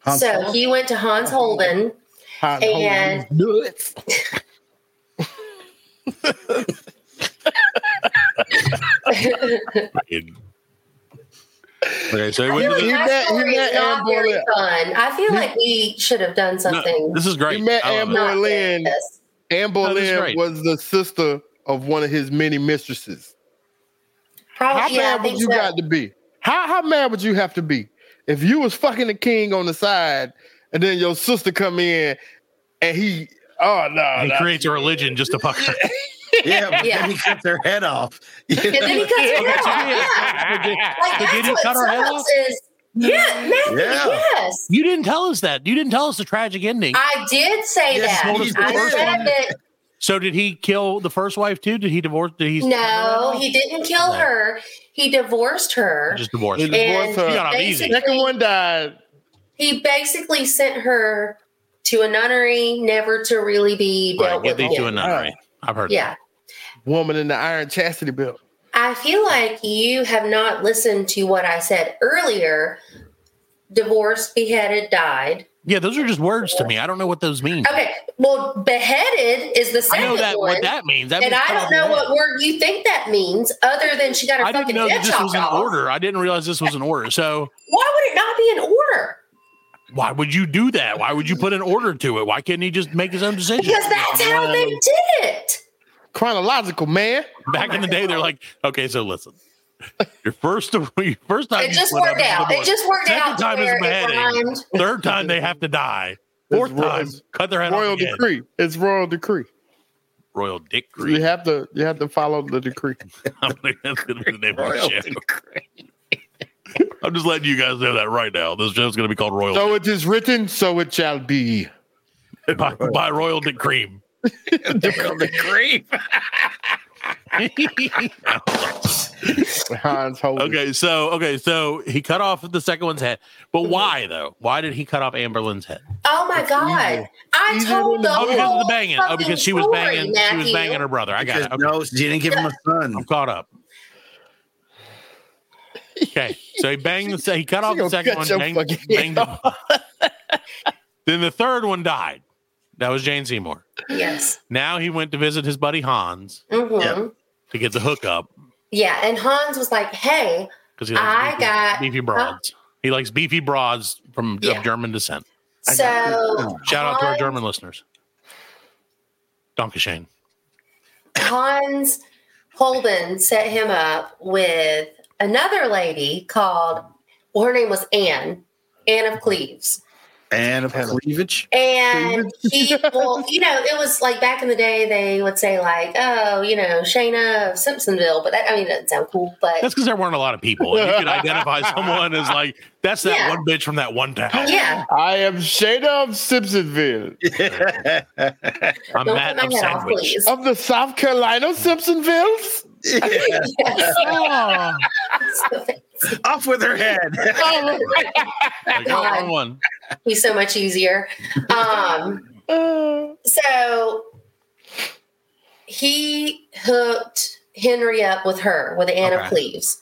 S6: Hans Oh,
S8: so
S6: Holbein?
S8: he went to Hans Holbein.
S6: Hot
S8: And-
S6: nuts.
S5: okay, so they
S8: I
S5: went
S8: feel
S5: to
S8: like
S5: the,
S6: You
S8: my
S6: met- you
S8: story is
S6: met
S8: not
S6: Anne
S8: very
S6: Boleyn.
S8: fun. I feel like we should have done
S5: no,
S8: something.
S5: this is great.
S6: You met
S5: I love
S6: Anne
S5: it.
S8: not like
S6: Boleyn.
S8: this.
S6: Anne
S5: that's
S6: Boleyn
S5: right.
S6: was the sister of one of his many mistresses.
S8: Probably,
S6: How
S8: Oh, yeah, I
S6: mad
S8: think
S6: would you
S8: so.
S6: got to be? How how mad would you have to be if you was fucking the king on the side and then your sister come in and he oh no,
S5: He
S6: no.
S5: creates a religion just to fuck her.
S7: Yeah, but
S8: Yeah.
S7: then he cut their head off.
S8: And then he cuts her head off. Yeah. Like,
S5: So
S8: that's
S5: did he
S8: what
S5: cut her head
S8: sucks
S5: off?
S8: Is, yeah, Matthew,
S7: Yeah.
S8: yes.
S5: You didn't tell us that. You didn't tell us the tragic ending.
S8: I did say
S7: Yes,
S8: that.
S7: he
S8: I
S7: did.
S8: said that
S5: so did he kill the first wife too? Did he divorce? Did he?
S8: no, he didn't kill
S5: No.
S8: her. He divorced her.
S5: just divorced.
S6: He
S5: her.
S8: And
S6: divorced her.
S5: He got off easy.
S6: Second
S8: basically,
S6: one died.
S8: he basically sent her to a nunnery, never to really be
S5: Right,
S8: dealt
S5: get
S8: with.
S5: these to a
S8: again.
S5: nunnery. I've heard.
S8: Yeah.
S6: Woman in the iron chastity belt.
S8: I feel like you have not listened to what I said earlier. Divorced, beheaded, died.
S5: that. yeah. Those are just words to me. I don't know what those mean.
S8: Okay, well, beheaded is the
S5: I
S8: second
S5: know that
S8: one,
S5: what that means. That
S8: and
S5: means
S8: I
S5: cut off
S8: don't
S5: your
S8: know
S5: head.
S8: what word you think that means, other than she got her
S5: I
S8: fucking
S5: didn't know
S8: head
S5: that this
S8: chopped
S5: was an
S8: off.
S5: order. I didn't realize this was an order. So
S8: Why would it not be an order?
S5: why would you do that? Why would you put an order to it? Why couldn't he just make his own decision?
S8: Because that's how they did it.
S6: Chronological man.
S5: Back in the day, they're like, okay, so listen. Your first, your first time
S8: It
S5: you
S8: just
S5: split up
S8: worked
S5: is
S8: out. It
S5: divorce.
S8: just worked
S5: Second
S8: out. to
S5: time is
S8: where it
S5: beheading.
S8: rhymed.
S5: Third time they have to die. Fourth
S6: It's ro-
S5: time,
S6: it's
S5: cut their head
S6: Royal
S5: off again.
S6: decree. It's royal decree.
S5: Royal decree.
S6: You have to you have to follow the decree.
S5: I'm gonna- that's gonna be the name of our
S7: Royal
S5: show. I'm just letting you guys know that right now. This show's gonna be called Royal
S6: So it is written, so it shall be.
S5: by, by Royal Dick Cream.
S6: Hans Holden.
S5: okay, so okay, so he cut off the second one's head, but
S8: Mm-hmm.
S5: why though? Why did he cut off Amberlynn's head?
S8: Oh my god! I
S6: Easier
S8: told
S6: than-
S8: the
S5: Oh, because of
S8: whole
S5: the banging. Oh,
S8: fucking
S5: because she was
S8: story,
S5: banging. She was
S8: Matthew.
S5: banging her brother. I got it. Okay.
S7: No, she didn't give him a son.
S5: I'm caught up. Okay, so he banged the se- he cut off the
S6: gonna
S5: second
S6: cut
S5: one.
S6: your
S5: Banged,
S6: fucking head
S5: banged the- then the third one died. That was Jane Seymour.
S8: Yes.
S5: Now he went to visit his buddy Hans
S8: Mhm.
S7: Yeah.
S5: to get the hookup
S8: Yeah, and Hans was like, "Hey,
S5: because he
S8: I
S5: likes beefy,
S8: got-
S5: beefy broads. He likes beefy broads from of
S8: Yeah.
S5: German descent.
S8: so
S5: Shout out to our
S8: Hans-
S5: German listeners. Donkashane.
S8: Hans Holden set him up with another lady called. Well, her name was Anne, Anne of Cleves,
S7: And of cleavage.
S8: and he. Well, you know, it was like back in the day they would say like, "Oh, you know, Shayna of Simpsonville," but that I mean, it doesn't sound cool, but
S5: That's because there weren't a lot of people. You could identify someone as like, that's that
S8: Yeah.
S5: one bitch from that one town.
S8: yeah,
S6: I am Shada of Simpsonville.
S5: I'm
S8: don't
S5: Matt
S8: cut
S5: of
S8: my head off,
S5: Sandwich.
S8: please.
S6: Of the South Carolina Simpsonvilles?
S8: Yes.
S5: Oh,
S7: Off with her head.
S5: like, oh,
S8: God.
S5: wrong one.
S8: He's so much easier. Um,
S6: Uh,
S8: so he hooked Henry up with her, with Anna
S5: Okay.
S8: Cleves.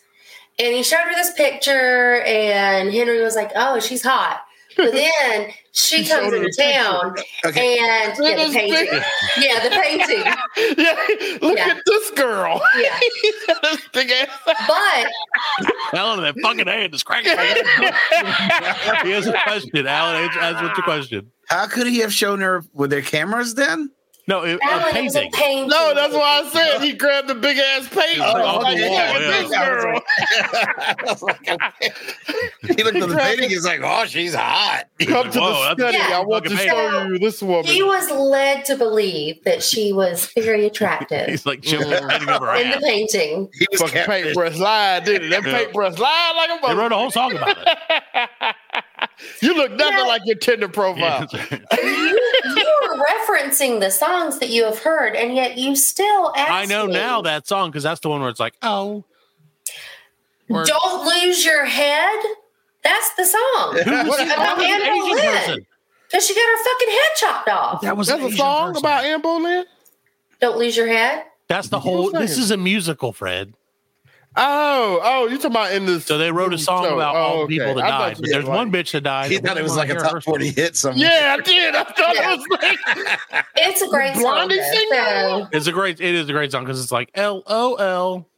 S8: And he showed her this picture, and Henry was like, Oh, she's hot. But then she comes
S6: showed her
S8: into town
S9: Okay.
S8: and
S6: It
S8: yeah,
S6: is
S8: the painting.
S6: big.
S8: Yeah, the painting.
S6: yeah, look
S8: Yeah.
S6: at this girl.
S8: Yeah.
S6: This big ass-
S8: But
S5: Alan, that fucking hand is cracking. he has a question. Alan, answer- that's what's the question?
S7: How could he have shown her? Were there cameras then?
S5: No, it, a
S8: Alan, it was a
S5: painting.
S8: painting.
S6: No, that's why I said he grabbed the big ass paint.
S7: Oh,
S6: I was
S5: on
S6: like,
S5: the
S6: look
S5: wall,
S6: at
S5: yeah.
S6: this girl.
S7: He looked at the painting. He's like, "Oh, she's hot."
S6: Come to
S5: Whoa,
S6: the
S5: that's-
S6: study.
S8: Yeah.
S6: I want to
S5: Look at
S6: show
S8: that.
S6: you this woman.
S8: He was led to believe that she was very attractive
S5: He's like showing the painting of her
S8: in the
S5: ass.
S8: painting.
S7: He was
S6: Fucking
S7: catfish.
S6: paintbrush lied, did it? That
S5: Yeah.
S6: paintbrush lied like a
S5: They
S6: mother.
S5: wrote a whole song about it.
S6: you look nothing
S8: Yeah.
S6: like your Tinder
S5: Yeah,
S6: profile.
S5: that's right.
S8: You were referencing the songs that you have heard, and yet you still ask
S5: I know
S8: me,
S5: now that song because that's the one where it's like, oh,
S8: Don't lose your head. That's the song.
S5: who was
S6: What-
S5: that?
S8: about
S5: was an
S8: Anne
S5: Asian
S8: Boleyn?
S5: person.
S8: Because she got her fucking head chopped off.
S5: That was an
S6: That's a
S5: Asian
S6: song
S5: person.
S6: about Anne Boleyn.
S8: Don't lose your head.
S5: That's the whole. This is a musical, Fred.
S6: Oh, oh, you talking about in this?
S5: So they wrote a song
S6: So,
S5: about
S6: oh,
S5: all the
S6: okay.
S5: people that
S6: I thought
S5: died,
S6: you
S5: but
S6: did
S5: there's
S6: like-
S5: one bitch that died.
S7: He thought it was like a top forty hit. Somewhere.
S6: yeah, I did. I thought it was like
S8: It's a great song.
S6: Blondie
S8: though,
S6: sing
S8: So,
S5: It's a great. It is a great song because it's like L O L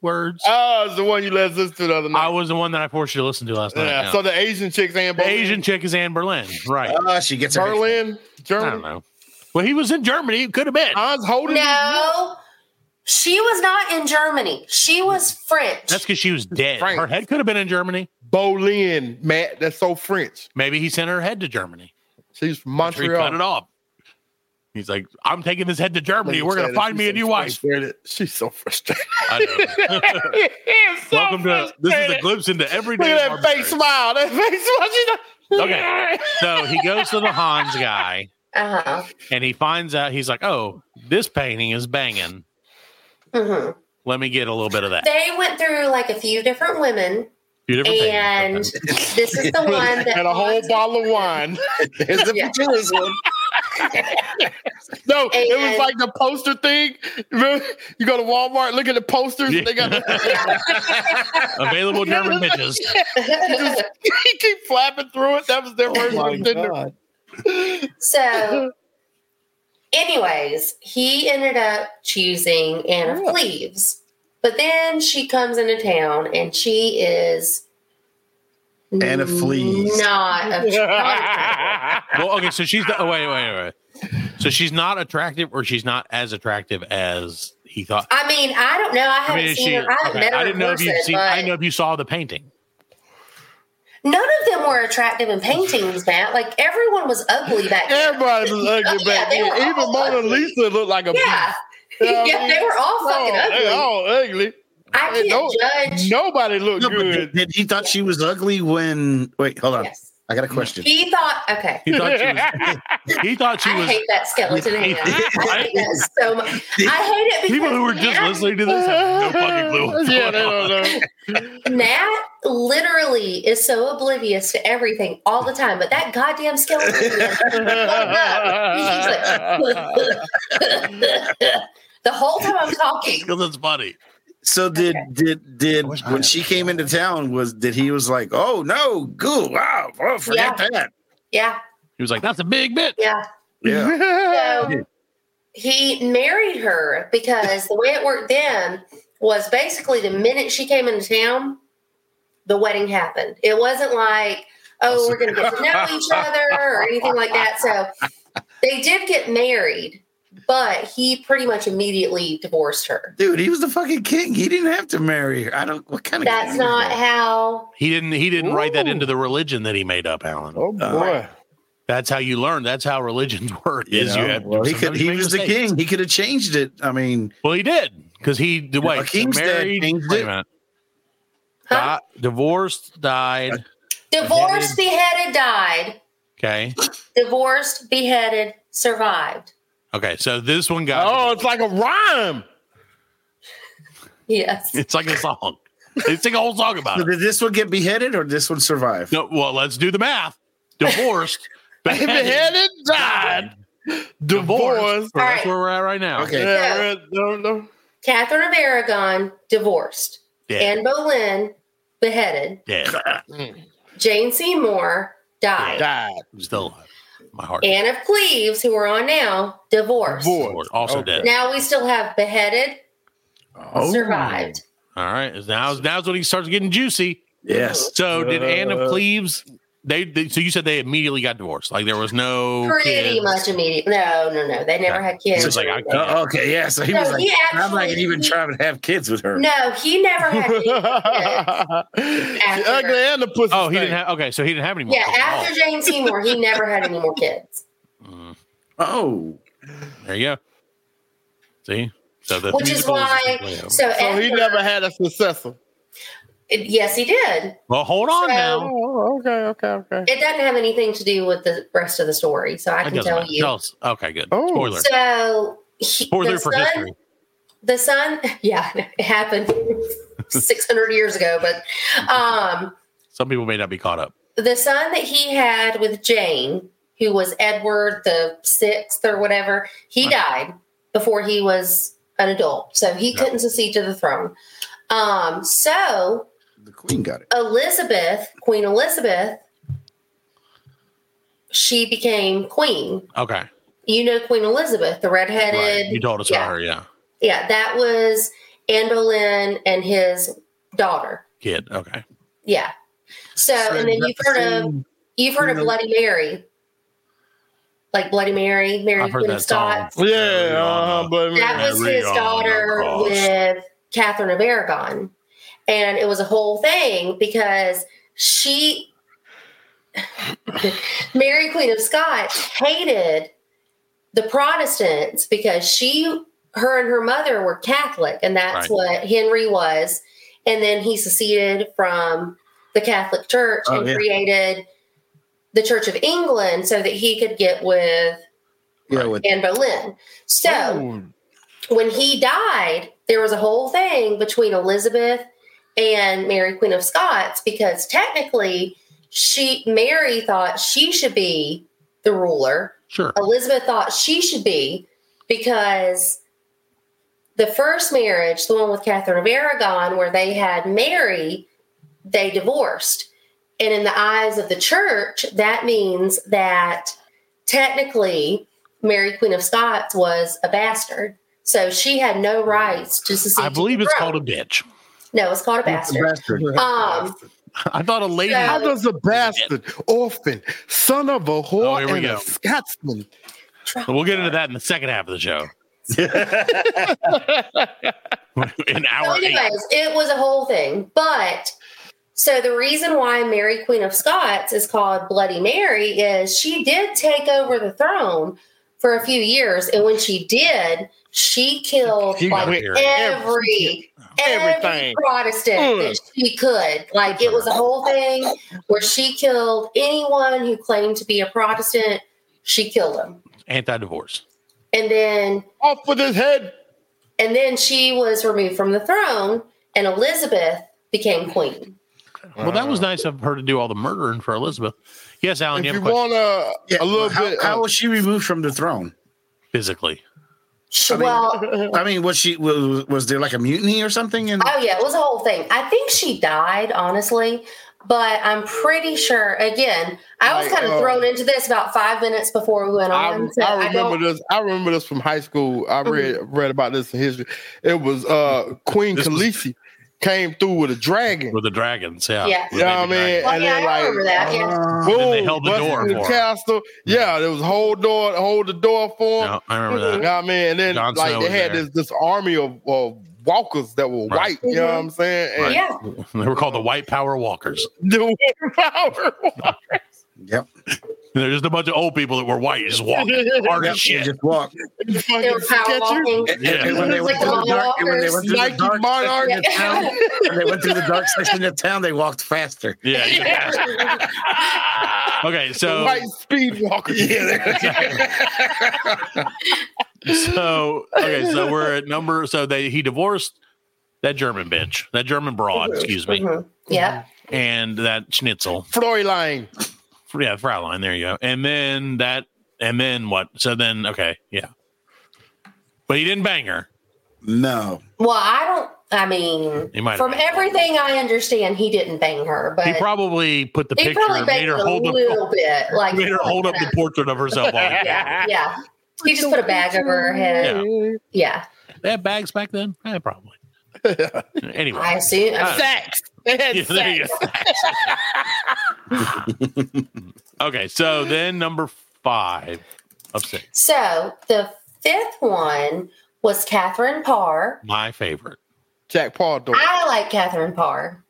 S5: words.
S6: oh, it's the one you let us to the other
S5: I
S6: night.
S5: was the one that I forced you to listen to last night.
S6: yeah.
S5: yeah.
S6: So the Asian chicks, Anne
S5: the
S6: Boleyn,
S5: Asian chick is Anne Berlin, right?
S7: Oh, she gets her.
S6: Berlin,
S5: I don't
S6: Germany.
S5: know. Well, he was in Germany. It could have been.
S6: Hans holding.
S8: no, she was not in Germany. She was French.
S5: That's because she was dead.
S6: France.
S5: Her head could have been in Germany.
S6: Boleyn, Matt. That's so French.
S5: Maybe he sent her head to Germany.
S6: She's from
S5: So he cut it
S6: Montreal.
S5: off. He's like, I'm taking his head to Germany.
S6: Like
S5: We're
S6: you
S5: gonna
S6: said,
S5: find
S6: she's
S5: me a
S6: so
S5: new wife.
S6: frustrated. She's so frustrated.
S5: I know.
S6: It's so
S5: Welcome to this is a
S6: frustrating.
S5: glimpse into everyday.
S6: Look at that
S5: Barbary.
S6: fake smile. That fake smile. She's like,
S5: Okay. So he goes to the Hans guy
S8: uh-huh.
S5: and he finds out he's like, oh, this painting is banging.
S8: hmm
S5: Let me get a little bit of that.
S8: They went through like a few different women,
S5: Few different
S8: and
S5: paintings.
S8: this is the one that
S6: and a whole
S8: haunted-
S6: bottle of wine.
S7: Here's the
S8: Yeah.
S7: picture of this one.
S6: No, it was
S8: And-
S6: like the poster thing. Remember, you go to Walmart, look at the posters. They got the,
S5: available German bitches.
S6: he keep flapping through it. That was their
S7: Oh
S6: version
S7: my
S6: of Tinder.
S7: God.
S6: Mm-hmm.
S8: So, anyways, he ended up choosing Anne
S6: Oh.
S8: of Cleves. But then she comes into town and she is
S7: Anne of Cleves.
S8: Not a
S5: Well, okay, so she's not, oh, wait, wait, wait. So she's not attractive, or she's not as attractive as he thought.
S8: I mean, I don't know. I
S5: I
S8: haven't
S5: mean, is
S8: seen
S5: she?
S8: her. I haven't
S5: okay,
S8: met her.
S5: I didn't know if you
S8: person,
S5: seen. I
S8: but
S5: know if you saw the painting.
S8: None of them were attractive in paintings, Matt. Like everyone was ugly back then.
S6: Everybody was ugly
S8: Yeah,
S6: back
S8: they
S6: then.
S8: were
S6: Even
S8: all
S6: Mona
S8: ugly.
S6: Lisa looked like a
S8: Yeah.
S6: beast. You know what I
S8: yeah, they
S6: mean?
S8: were all fucking
S6: Oh,
S8: ugly.
S6: they all ugly.
S8: I
S6: They
S8: can't
S6: don't-
S8: judge.
S6: Nobody looked
S7: No, but did,
S6: good.
S7: did he thought she was ugly when? Wait, hold on.
S8: Yes.
S7: I got a question.
S8: He thought, okay.
S5: He thought she was. He thought she
S8: I
S5: was.
S8: hate that skeleton hand. I hate that so much. I hate it because
S5: People who were just
S8: Nat,
S5: listening to this have no fucking clue. what's
S6: yeah, they
S5: going on.
S6: don't know.
S8: Nat literally is so oblivious to everything all the time, but that goddamn skeleton hand.
S7: Oh,
S8: the whole time I'm talking.
S5: Because it's funny.
S7: So did did did
S5: I wish I
S7: when
S5: had
S7: she
S5: it.
S7: came into town was did he was like oh no goo wow oh, forget that
S8: Yeah,
S5: He was like, "That's a big bit."
S8: yeah.
S7: yeah
S8: So he married her because the way it worked then was basically the minute she came into town, the wedding happened. It wasn't like, oh, we're going to get to know each other or anything like that. So they did get married, but he pretty much immediately divorced her.
S7: dude he was the fucking king he didn't have to marry her I don't what kind of
S8: That's
S7: king
S8: not
S7: is
S8: how.
S5: He didn't. He didn't write that
S6: Ooh.
S5: into the religion that he made up, Alan.
S6: Oh boy.
S5: That's how you learn. That's how religions work.
S7: that? you
S5: is
S7: know?
S5: you have
S7: well, he could
S5: sometimes
S7: he
S5: you make
S7: was the
S5: mistakes.
S7: king he could have changed it I mean
S5: Well, he did because he the
S7: Yeah,
S5: way
S7: a king's dead
S5: married,
S7: king's
S5: wait a
S7: dead.
S5: minute,
S8: Huh?
S5: Di- divorced, died.
S8: Divorced, beheaded, died.
S5: Okay,
S8: Divorced, beheaded, survived.
S5: okay. So this one got.
S6: Oh, it's like a rhyme.
S8: Yes.
S5: it's like a song. They sing a whole song about
S7: so
S5: it.
S7: did this one get beheaded or this one survive
S5: Uh. No, well, let's do the math. Divorced, beheaded,
S6: Beheaded, died, divorced.
S5: divorced. Well, that's
S8: Alright.
S5: where we're at right now.
S7: okay
S6: Yeah, right, no, no.
S8: Catherine of Aragon, divorced.
S5: Dead.
S8: Anne Boleyn, beheaded.
S5: Dead.
S8: Jane Seymour, died.
S6: died.
S5: Still alive. My heart.
S8: Anne of Cleves, who we're on now, divorced.
S6: Divorced.
S5: Lord, also
S6: Okay.
S5: dead.
S8: Now we still have beheaded,
S7: Oh,
S8: survived.
S5: All right. Now's now's when he starts getting juicy.
S7: Yes.
S5: So did Anne
S6: Uh.
S5: of Cleves? They, they so you said they immediately got divorced. Like there was no
S8: Pretty
S5: kids.
S8: much immediate. No, no, no. They never
S5: Okay.
S8: had kids.
S5: So it's like, I can't-
S7: Oh, okay. Yeah. So he
S8: No,
S7: was like,
S8: he
S7: I'm not
S8: actually-
S7: gonna even try to have kids with her.
S8: no, he never had any kids.
S6: the ugly and the pussy.
S5: Oh, he
S6: stank.
S5: didn't have. Okay, so he didn't have any more.
S8: Yeah,
S5: kids at all.
S8: after Jane Seymour, he never had any more kids.
S5: Mm,
S7: Oh,
S5: there you go. See, so the
S8: Which
S5: three
S8: is
S5: bulls
S8: why
S5: is the
S8: so,
S6: So Oh, he
S8: after-
S6: never had a successor.
S8: yes, he did.
S5: Well, hold on
S8: So-
S5: now.
S6: Oh, okay, okay, okay.
S8: It doesn't have anything to do with the rest of the story, so
S5: That
S8: I can
S5: doesn't
S8: tell
S5: matter.
S8: you.
S5: Tell us. Okay, good.
S6: Oh.
S5: Spoiler.
S8: So he,
S5: Spoiler
S8: the
S5: for
S8: son,
S5: history.
S8: the son, yeah, it happened 600 years ago, but um,
S5: Some people may not be caught up.
S8: the son that he had with Jane, who was Edward the sixth or whatever, he died before he was an adult, so he couldn't succeed to the throne. Um, so
S9: The queen got it.
S8: Elizabeth, Queen Elizabeth, she became queen.
S5: Okay,
S8: You know Queen Elizabeth, the redheaded.
S5: right. you told us
S8: yeah,
S5: about her. Yeah,
S8: Yeah, that was Anne Boleyn and his daughter.
S5: kid. Okay,
S8: Yeah. So, and then you've heard of you've heard of
S7: Queen
S8: Bloody Mary, like Bloody Mary, Mary
S5: I've heard
S8: Queen of
S5: that song.
S8: Scots.
S6: Yeah, uh-huh, but
S8: That was
S5: Mary
S8: his
S5: on the
S8: daughter
S5: cross.
S8: with Catherine of Aragon, and it was a whole thing because she. Mary Queen of Scots hated the Protestants because she, her and her mother were Catholic, and that's
S5: Right.
S8: what Henry was. And then he seceded from the Catholic Church
S7: Oh,
S8: and
S7: yeah.
S8: created the Church of England so that he could get with
S9: Yeah, with
S8: Anne Boleyn. So
S6: Oh,
S8: when he died, there was a whole thing between Elizabeth and Mary Queen of Scots because technically she Mary thought she should be the ruler.
S5: sure.
S8: Elizabeth thought she should be because the first marriage, the one with Catherine of Aragon, where they had Mary, they divorced. And in the eyes of the church, that means that technically Mary Queen of Scots was a bastard. So she had no rights to succeed.
S5: I
S8: to
S5: believe
S8: the
S5: it's
S8: throne.
S5: called a bitch.
S8: no, it's called a bastard.
S7: bastard.
S8: Um,
S5: I thought a lady.
S8: Yeah.
S6: How does a bastard, orphan, son of a
S5: Oh,
S6: whore,
S5: here we
S6: and
S5: go.
S6: a Scotsman?
S5: We'll get into that in the second half of the show. in
S8: So
S5: hour eight.
S8: anyways, it was a whole thing. But so the reason why Mary Queen of Scots is called Bloody Mary is she did take over the throne for a few years, and when she did, she killed
S5: She
S8: like
S5: went
S8: every every
S6: everything.
S8: Protestant that she could. Like it was a whole thing where she killed anyone who claimed to be a Protestant. She killed them,
S5: Anti-divorce.
S8: and then
S6: Off with his head.
S8: and then she was removed from the throne, and Elizabeth became queen.
S5: Well, that was nice of her to do all the murdering for Elizabeth. Yes, Alan,
S6: If
S5: you have
S6: you
S5: a question.
S6: want a,
S7: Yeah,
S6: a little
S7: how,
S6: bit, uh,
S7: How
S6: of,
S7: was she removed from the throne?
S5: physically.
S8: She,
S7: I mean-
S8: well,
S7: I mean, was she was, was there like a mutiny or something? And
S8: oh yeah, it was a whole thing. I think she died, honestly, but I'm pretty sure. Again, I was
S6: Like,
S8: kind of
S6: uh,
S8: thrown into this about five minutes before we went
S6: I,
S8: on. so
S6: I
S8: don't-
S6: remember this. I remember this from high school. I read read about this in history. It was uh, Queen
S7: This was-
S6: Khaleesi came through with a dragon.
S5: With the dragons, yeah.
S8: Yeah.
S5: With
S6: You know what I
S5: baby dragons.
S6: mean? and
S8: Well, yeah,
S6: then,
S8: I
S6: like,
S8: remember that. Yeah.
S7: Uh,
S6: Boom,
S5: then they held the
S6: busted
S5: door
S6: through
S5: for
S6: the
S5: her.
S6: castle. Yeah, there was a whole door, hold the door for him.
S5: No, I remember
S6: You
S5: that.
S6: know what I mean? And then
S5: Jon Snow
S6: like they
S5: was
S6: had
S5: there.
S6: this this army of, of walkers that were
S5: Right.
S6: white. You know what I'm saying? And
S8: Yeah.
S6: Mm-hmm.
S5: They were called the White Power Walkers.
S6: the power.
S7: yep.
S5: There's just a bunch of old people that were white just walking hard as Oh,
S7: Yep, they
S5: shit.
S7: Just walk.
S8: They were power walking.
S7: And,
S5: Yeah.
S7: and when they went
S8: Like
S7: through the dark, and when they went through the
S6: Nike
S7: dark
S6: Monarch.
S7: section of town, when they went through the dark section of town, they walked faster.
S5: Yeah. yeah. okay, so
S6: White speed walkers.
S5: so okay, so we're at number. So they he divorced that German bitch, that German broad, excuse me,
S8: Mhm. Yeah.
S6: Mm-hmm.
S5: and that Schnitzel.
S6: Fräulein.
S5: Yeah, Fraulein. There you go. And then that, and then what? So then, okay, yeah. But he didn't bang her.
S7: No.
S8: Well, I don't I mean,
S5: He might have
S8: from
S5: been.
S8: everything I understand, he didn't bang her, but
S5: He probably put the
S8: he
S5: picture
S8: probably
S5: and made
S8: banged
S5: her
S8: her a
S5: hold up
S8: little bit. Like
S5: made her hold up
S8: yeah,
S5: the portrait of herself on it.
S8: yeah, yeah. He just put a bag over her head. Yeah,
S5: They had bags back then? Yeah, probably. anyway.
S8: I assume.
S5: Uh,
S6: Sex. They had
S5: Yeah, there you
S6: sex.
S5: go. okay, so then number five of six,
S8: so the fifth one was Catherine Parr.
S5: my favorite.
S6: Jack Paul door.
S8: I like Catherine Parr.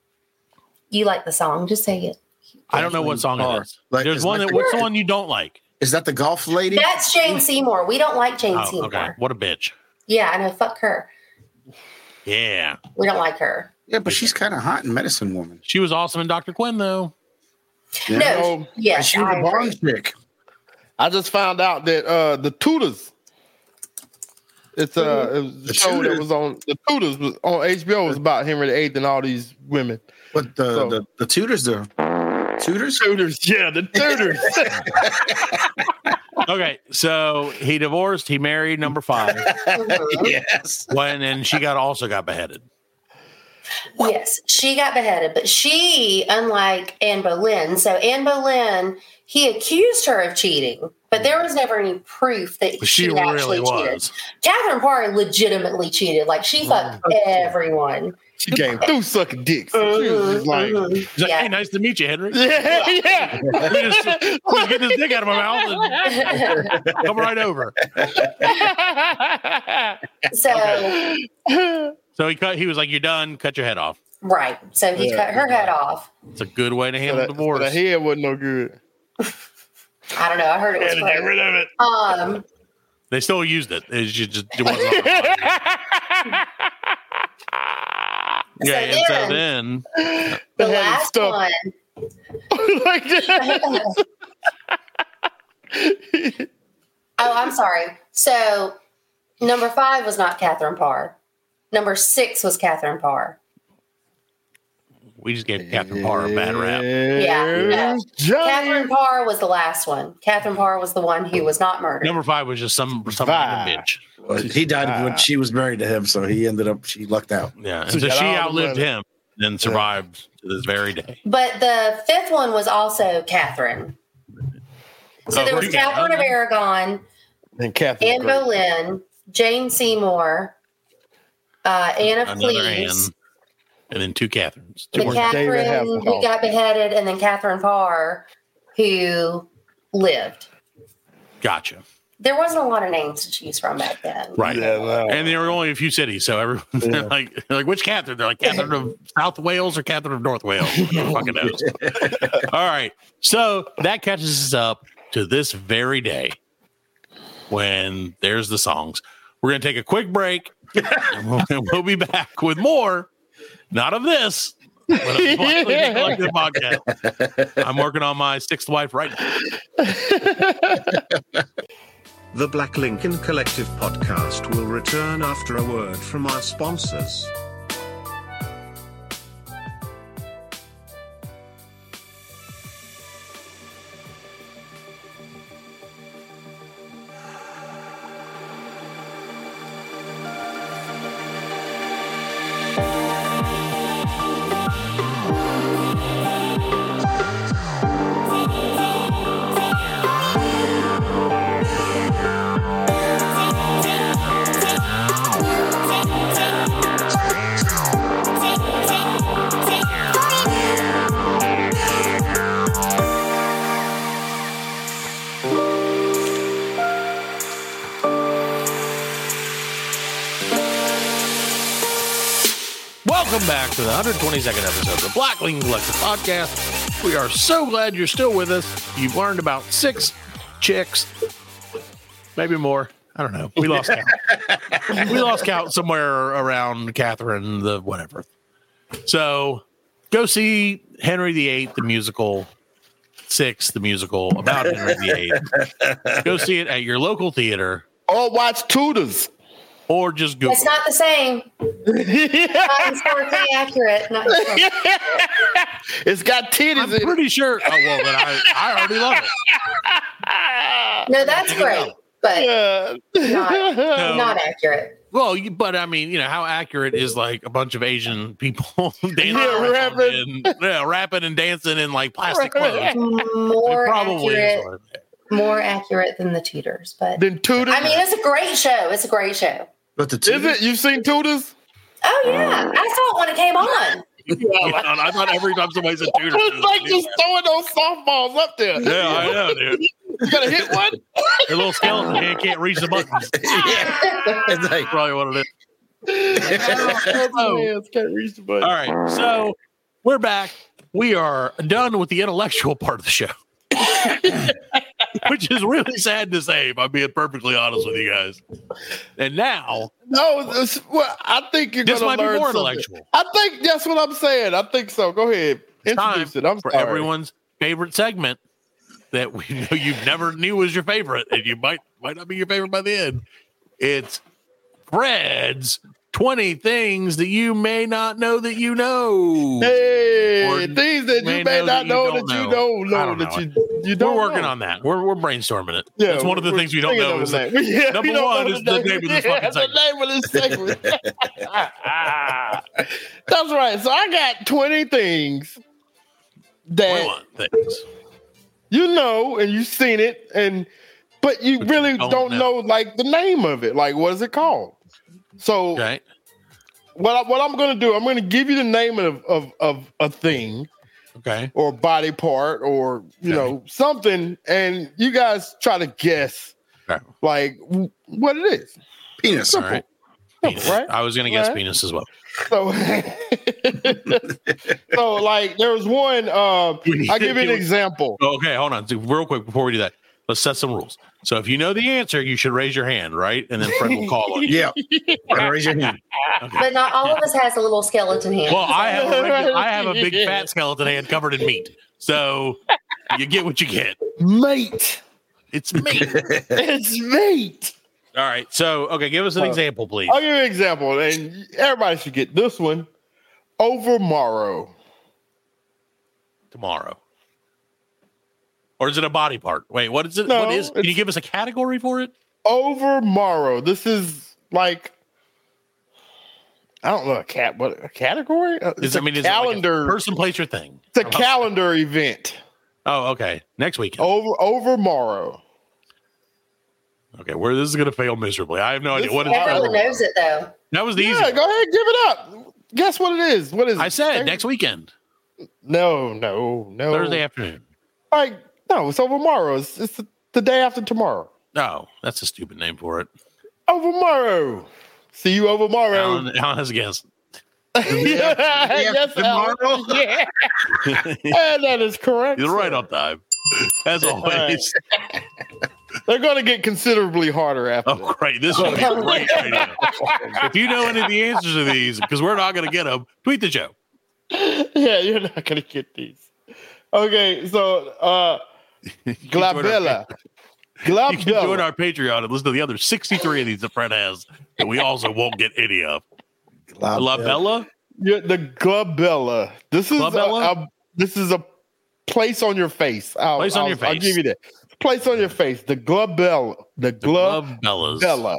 S8: You like the song? Just say it.
S5: I don't know what song it is.
S9: Like,
S5: There's
S9: is
S5: one
S9: my
S5: that what's the
S9: favorite-
S5: one you don't like?
S9: Is that the golf lady?
S8: That's Jane Seymour. We don't like Jane
S5: Oh,
S8: Seymour.
S5: okay. What a bitch.
S8: Yeah, I know. Fuck her.
S5: Yeah.
S8: We don't like her.
S9: yeah, but she's kind of hot in Medicine Woman.
S5: She was awesome in Dr. Quinn though.
S9: Yeah.
S8: No. Yes,
S9: she was
S8: I
S9: a
S8: agree.
S9: Bond chick.
S6: I just found out that uh the Tudors. It's uh it was
S9: The
S6: a show that
S9: Tudors?
S6: was on the Tudors was on HBO was about Henry VIII and all these women.
S9: But the,
S6: So-
S9: the, the tutors, the tutors?
S6: Tudors, yeah, the Tudors.
S5: Okay, so he divorced, he married number five,
S8: Mhm.
S9: yes.
S5: when and she got also got beheaded.
S8: Yes, she got beheaded, but she, unlike Anne Boleyn, so Anne Boleyn, he accused her of cheating, but there was never any proof that
S5: She,
S8: she,
S5: really
S8: actually cheated.
S5: was.
S8: Catherine Parr legitimately cheated; like she fucked everyone.
S6: she came through sucking dicks. She was
S8: Mhm,
S6: just like,
S8: mhm.
S5: He's like,
S8: Yeah.
S5: hey, nice to meet you, Henry.
S6: yeah, yeah.
S5: Let me just, let me get this dick out of my mouth and come right over.
S8: so
S5: So he cut. He was like, "You're done. Cut your head off."
S8: right, so he
S6: Yeah.
S8: cut her head off.
S5: It's a good way to
S6: So
S5: handle
S6: that, so
S5: divorce.
S6: the head wasn't no good.
S8: I don't know. I heard it was great.
S5: of it.
S8: Um,
S5: They still used it. It ju- just it wasn't on the market.
S8: So
S5: yeah, and so
S8: then-
S5: then
S8: the
S6: They had it
S8: last
S6: stuffed
S8: one.
S6: like that.
S8: oh, Oh, I'm sorry. So number five was not Catherine Parr. Number six was Catherine Parr.
S5: we just gave Captain Parr a bad rap.
S8: Yeah.
S6: There's Johnny.
S8: Catherine Parr was the last one. Catherine Parr was the one who was not murdered.
S5: Number five was just some some random
S6: Five.
S5: bitch.
S9: Well, he died when she was married to him, so he ended up, she lucked out.
S5: Yeah, and
S6: So
S5: so
S6: got
S5: she
S6: all the
S5: outlived
S6: money.
S5: him and survived to this very day.
S8: but the fifth one was also Catherine. So
S5: Oh,
S8: there was
S5: three now,
S8: Catherine of
S5: huh?
S8: Aragon,
S6: And Catherine.
S8: Anne
S6: Gray.
S8: Boleyn, Jane Seymour, uh, Anne of
S5: Another Anne,
S8: Cleves,
S5: and then two Catherines. Two
S8: the
S5: more.
S6: David
S8: Catherine
S6: Hasselhoff.
S8: who got beheaded, and then Catherine Parr who lived.
S5: gotcha.
S8: There wasn't a lot of names to choose from back then.
S5: Right.
S6: Yeah, no.
S5: And there were only a few cities, so everyone they're
S6: Yeah.
S5: like they're like which Catherine? They're like Catherine of South Wales or Catherine of North Wales. Who the fucking knows? All right. So that catches us up to this very day when there's the songs. We're gonna take a quick break and we'll, and we'll be back with more. Not of this. but of the Blackly Neglected podcast. I'm working on my sixth wife right now.
S2: The Black Lincoln Collective podcast will return after a word from our sponsors.
S5: Welcome back to the 122nd episode of the Black Lincoln Collective Podcast. We are so glad you're still with us. You've learned about six chicks, maybe more. I don't know. We lost count. we lost count somewhere around Catherine the whatever. So go see Henry VIII, the musical, Six, the musical about Henry VIII. go see it at your local theater
S6: Or watch Tudors.
S5: or just Google.
S8: It's not the same. Not historically accurate. Not historically-
S6: It's got
S5: I'm
S6: titties in it.
S5: pretty sure. Oh, well, then I, I already love it.
S8: no, that's great, but
S6: Yeah.
S8: not,
S5: No.
S8: not accurate.
S5: Well, you, but I mean, you know, how accurate is like a bunch of Asian people dancing,
S6: Yeah,
S5: around
S6: rapping.
S5: and- yeah, rapping and dancing in like plastic clothes?
S8: More
S5: It probably is
S8: accurate,
S5: what it is.
S8: more accurate than the Tudors, but
S6: Then Tudors.
S8: I mean, it's a great show. It's a great show.
S7: But the
S6: is it? You've seen Tudors?
S8: Oh yeah, I saw it when it came on.
S5: You know, and I thought every time somebody said Tudor, it
S6: It's
S5: was
S6: like
S5: a
S6: just throwing those softballs up there.
S5: Tudor. yeah, I know, dude.
S6: You gotta hit one.
S5: Your little skeleton hand can't reach the buttons. That's
S7: yeah. It's like,
S5: probably what it is.
S6: Oh, man, can't reach the button.
S5: All right, so we're back. We are done with the intellectual part of the show, which is really sad to say. If I'm being perfectly honest with you guys, and now
S6: No, this, well, I think you're
S5: this
S6: gonna
S5: might be
S6: learn
S5: more
S6: something.
S5: intellectual.
S6: I think that's what I'm saying. I think so. Go ahead.
S5: time
S6: Introduce it. I'm
S5: for
S6: sorry.
S5: everyone's favorite segment that we know you never knew was your favorite, and you might might not be your favorite by the end. It's Fred's twenty things that you may not know that you know.
S6: Hey,
S5: Or
S6: things that
S5: may
S6: you may
S5: know that
S6: not
S5: you
S6: know
S5: don't
S6: that you
S5: know.
S6: don't know,
S5: I don't
S6: that
S5: know.
S6: you you
S5: We're
S6: don't.
S5: working
S6: know.
S5: on that. We're we're brainstorming it.
S6: Yeah,
S5: That's one of the
S6: we're
S5: things we don't
S6: thinking
S5: know.
S6: of
S5: Is
S6: the
S5: that,
S6: name. Yeah,
S5: number
S6: we don't
S5: one
S6: know
S5: is the name of this
S6: yeah,
S5: fucking segment.
S6: The name of this segment. That's right. So I got 20 things that
S5: 21 things.
S6: you know and you've seen it and but you
S5: But you
S6: really
S5: don't
S6: don't,
S5: know.
S6: know. like the name of it. Like what is it called? So
S5: Okay.
S6: what I, what I'm going to do, I'm going to give you the name of of of a thing
S5: Okay.
S6: or body part or you know something and you guys try to guess
S5: Okay.
S6: like w- what it is.
S7: penis.
S5: All right. Penis.
S6: Right?
S5: I was gonna guess
S6: Right?
S5: penis as well.
S6: So, so like there was one. Uh, I'll give you an example.
S5: Oh, Okay, hold on. Real quick before we do that, let's set some rules. So if you know the answer, you should raise your hand, right? And then Fred will call on you.
S7: Yeah. Gotta raise your hand.
S8: But not all of us has a little skeleton hand.
S5: Well, I have a regular, I have a big fat skeleton hand covered in meat. So you get what you get.
S6: Mate,
S5: It's meat.
S6: it's mate.
S5: All right. So okay, give us an example, please.
S6: I'll give you an example, and everybody should get this one. Over morrow.
S5: Tomorrow. Or is it a body part? Wait, what is it?
S6: No,
S5: what is can you
S6: it's-
S5: give us a category for it?
S6: Over morrow. This is like I don't know a cat. What a category? Uh, It's
S5: Is
S6: a
S5: I mean is it like
S6: calendar.
S5: a person, place, or thing?
S6: it's a calendar event.
S5: Oh, okay. Next week.
S6: Over over morrow.
S5: Okay, where this is gonna fail miserably. I have no idea.
S6: This-
S5: What is
S8: Everyone
S5: Fred?
S8: knows it though.
S5: That was the
S6: Yeah,
S5: easy.
S6: go
S5: one.
S6: ahead, give it up. Guess what it is? What is
S5: I
S6: it?
S5: said next weekend,
S6: No, no, no.
S5: Thursday afternoon.
S6: Like, no, it's over tomorrow. It's, it's the, the day after tomorrow.
S5: No, Oh, that's a stupid name for it.
S6: Over tomorrow. See you over tomorrow.
S5: Alan, Alan has a guess.
S6: yes, Alan.
S7: tomorrow?
S6: Yeah. and that is correct.
S5: You're right
S6: sir.
S5: on time, as always.
S6: They're going to get considerably harder after
S5: Oh, great! This will be great radio. If you know any of the answers to these, because we're not going to get them, tweet the show.
S6: that. Yeah, you're not going to get these. Okay, so uh Glabella.
S5: You can join
S6: Glabella.
S5: our Patreon and listen to the other 63 of these that Fred has that we also won't get any of. La Bella,
S6: Yeah, the glabella. This is a-
S5: Glabella?
S6: a- this is a place on your face. I'll,
S5: Place on
S6: I'll-
S5: your
S6: I'll
S5: face.
S6: give you that. Place on your face. The glabella. The
S5: Love
S6: glabella.
S5: Bellas.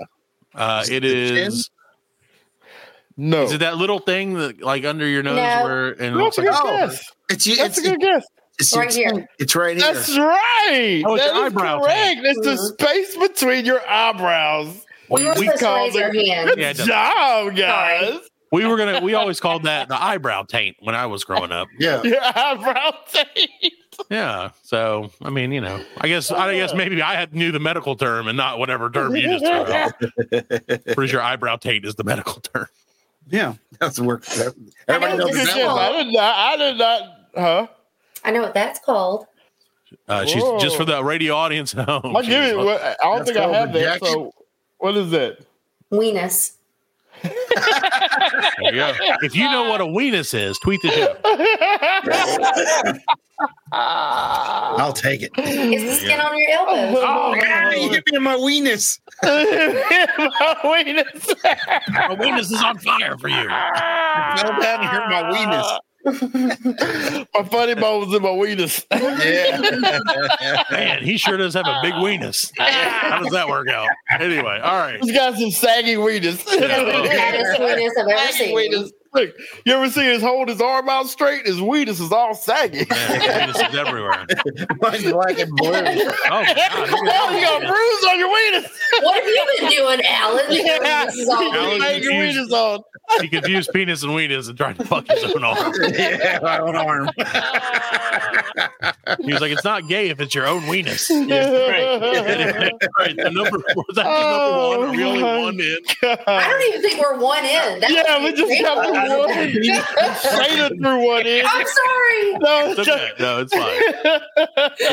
S5: Uh, it is.
S6: No.
S5: Is it that little thing that, like, under your nose?
S8: No.
S5: Where and it
S6: That's
S5: looks
S6: a
S5: like,
S6: good
S7: Oh,
S6: guess.
S7: It's, you-
S6: That's
S7: it's,
S6: a good guess.
S7: it's,
S8: Right
S7: it's,
S8: here.
S7: it's right here.
S6: That's right.
S5: Oh, it's
S6: that
S5: your
S6: is
S5: eyebrow
S6: correct. It's the
S8: Mhm.
S6: space between your eyebrows.
S8: We were
S5: we
S8: supposed to
S6: called
S8: raise our
S6: it-
S8: hand.
S6: Good
S5: Yeah, it does.
S6: job, guys.
S5: we were gonna. We always called that the eyebrow taint when I was growing up.
S7: yeah.
S6: Your eyebrow tape.
S5: Yeah. So I mean, you know, I guess I
S6: Oh.
S5: guess maybe I had knew the medical term and not whatever term you just threw out. Pretty sure eyebrow taint is the medical term.
S7: Yeah. That's the work. that-
S8: I know
S7: Everybody knows
S8: this
S6: Good
S8: is
S7: that
S6: guess.
S7: one.
S6: I did not. I did not. Huh?
S8: I know what that's called.
S5: Uh, she's just for the radio audience at home.
S6: I'll give
S5: she's-
S6: it. what- I don't
S7: That's
S6: think I
S7: called
S6: have that.
S7: rejection.
S6: So, what is that?
S8: Weenus.
S5: there you go. If you know what a weenus is, tweet the show.
S7: I'll take it.
S8: It's the skin on your elbow.
S7: Oh, God, you hit me in my weenus.
S6: Wait a second.
S5: A weenus is on fire for you.
S7: Fell down and hurt my weenus.
S6: my funny bones and my weenus.
S5: Man, he sure does have a big weenus. How does that work out? Anyway, all right.
S6: He's got some saggy weenus.
S8: That's the saddest weenus I've ever
S6: Saggy
S8: seen.
S6: weenus. Look, you ever see his hold his arm out straight? His weenus is all saggy.
S5: Man, his weenus is everywhere.
S9: Mine's black and blue.
S5: Oh, God.
S6: Oh, you got a bruise on your weenus.
S8: What have you been doing, Alan?
S6: Yeah.
S8: This is all-
S5: Alan-
S6: Hey, your
S5: confused.
S6: weenus on.
S5: he confused penis and weenus and tried to fuck his own arm.
S9: yeah, my own arm.
S5: He was like, it's not gay if it's your own weenus. right, the number four is actually
S6: Oh,
S5: number one. Are we only
S6: my
S5: one in?
S8: I don't even think we're one in. That's
S6: yeah, we just got through one. Shayna threw one in.
S8: I'm sorry.
S6: No,
S5: It's okay. No, it's fine.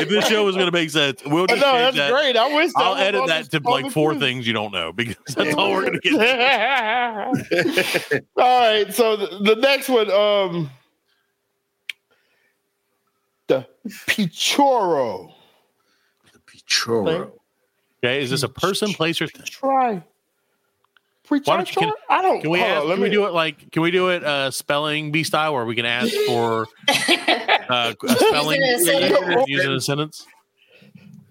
S5: If this show was going to make sense, we'll
S6: no,
S5: just change
S6: that's
S5: that.
S6: great. I wish
S5: I'll
S6: that
S5: edit
S6: was
S5: that to
S6: on the- on
S5: like
S6: the
S5: four
S6: cruise.
S5: things you don't know because that's all we're going to get.
S6: All right, so the, the next one, um, the Pichoro.
S9: Pichoro.
S5: Okay, is this a person, place, or thing?
S6: Try.
S5: Why don't you- can-
S6: Pichoro? I don't.
S5: Can we
S6: hold on,
S5: ask,
S6: let
S5: can
S6: me
S5: we do it like can we do it uh spelling bee style where we can ask for uh a spelling
S8: Use it in a
S5: yeah,
S6: sentence.
S5: use it in a sentence?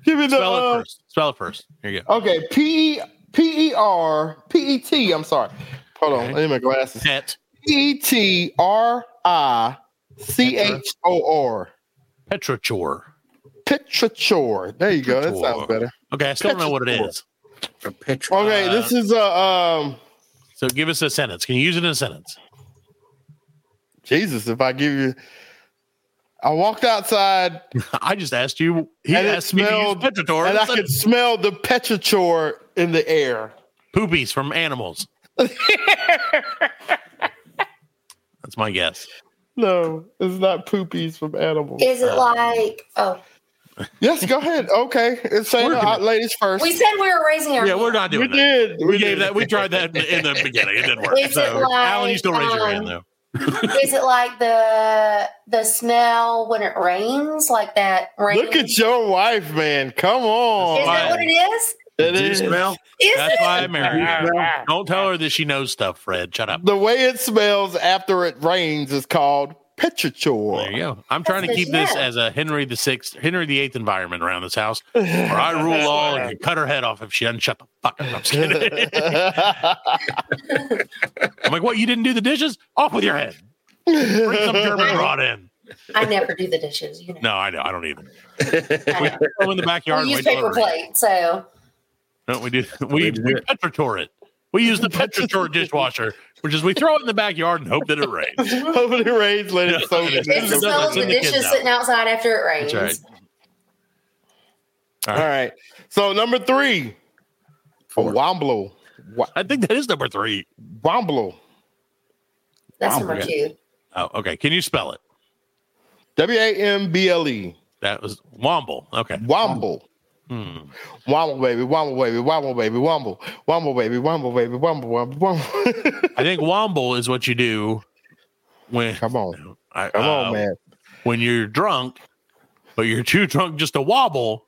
S6: Give me the
S5: Spell it
S6: uh,
S5: first. Spell it first. Here you go.
S6: okay. P P E R P E T. I'm sorry. Hold on.
S5: Okay.
S6: Let me make glasses.
S5: Pet.
S6: P E T R I C H O R.
S5: Petrichor.
S6: Petrichor. There you go. That sounds
S5: Petrichor.
S6: better.
S5: Okay, I still don't know what it is.
S9: A picture.
S6: Okay,
S5: Uh,
S6: this is a um.
S5: So give us a sentence. Can you use it in a sentence?
S6: Jesus, if I give you, I walked outside
S5: I just asked you. He
S6: And it
S5: asked me
S6: smelled-
S5: to use petrichor.
S6: and
S5: in a
S6: I could
S5: sentence.
S6: smell the petrichor in the air.
S5: Poopies from animals. That's my guess.
S6: No, it's not poopies from animals.
S8: Is it like, oh,
S6: yes, go ahead. Okay, it's saying
S5: We're gonna-
S6: out ladies first.
S8: we said we were raising our
S5: Yeah, we're not
S6: We
S5: doing that.
S6: did.
S5: We gave that. We tried that in the beginning. It didn't work.
S8: Is it
S5: So,
S8: like,
S5: Alan, you still raise your
S8: um,
S5: hand though.
S8: Is it like the the smell when it rains, like that rain?
S6: Look at your wife, man. Come
S8: Is
S6: on.
S8: that what it is?
S6: It
S9: Do you
S6: is.
S9: smell?
S8: Is
S5: That's
S8: it? uh,
S5: why I married her. Don't tell her that she knows stuff, Fred. Shut up.
S6: The way it smells after it rains is called
S5: There you
S6: petrichor.
S5: go. I'm trying to
S8: That's
S5: keep
S8: the
S5: this
S8: shit.
S5: as a Henry the Sixth, Henry the Eighth environment around this house, where I rule all and you cut her head off if she doesn't shut the fuck up. I'm, just kidding. I'm like, what? You didn't do the dishes? Off with your head. Bring some German brought in.
S8: I never do the dishes. You know,
S5: No, I know. I don't either.
S8: I know.
S5: Throw 'em in the backyard.
S8: we
S5: and
S8: use
S5: wait till
S8: paper
S5: it rains.
S8: plate. So
S5: No, we do. We,
S9: do
S5: we
S9: it.
S5: petrichor it. We use the petrichor dishwasher, which is we throw it in the backyard and hope that it rains.
S6: Over the rains, let it soak.
S5: It's
S8: it's
S5: Doesn't
S8: the smell of the
S5: send the kids
S8: dishes
S5: out.
S8: sitting outside after it rains.
S5: That's right.
S6: All right. So number three,
S9: Four.
S6: Womblo. Wa-
S5: I think that is number three.
S6: Womblo.
S8: That's
S5: Wow,
S8: number
S5: okay.
S8: two.
S5: Oh, okay. Can you spell it?
S6: W A M B L E.
S5: That was Womble. Okay.
S6: Womble.
S5: Hmm.
S6: Womble baby, womble baby, womble baby, womble, womble baby, womble baby, womble, womble, womble.
S5: I think Womble is what you do when
S6: Come on.
S5: I,
S6: Come
S5: uh,
S6: on, man.
S5: when you're drunk, but you're too drunk just to wobble.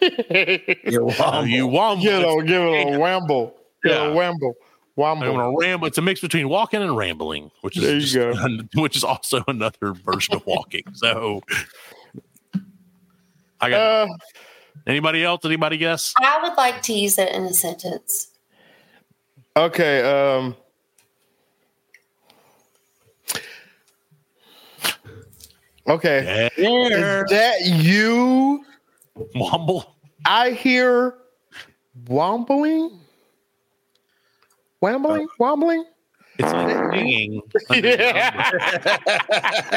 S9: You
S5: so you womble.
S6: Get on, give it a wamble. Get
S5: Yeah.
S6: a wamble.
S5: I'm
S6: Womble.
S5: gonna ramble. It's a mix between walking and rambling, which
S6: There you
S5: is
S6: go.
S5: just- which is also another version of walking. So I got
S6: Uh,
S5: anybody else? Anybody guess?
S8: I would like to use it in a sentence.
S6: okay. Um, okay.
S5: Yeah.
S6: Is that you?
S5: Womble.
S6: I hear wombling, wambling, wombling.
S5: It's like dinging.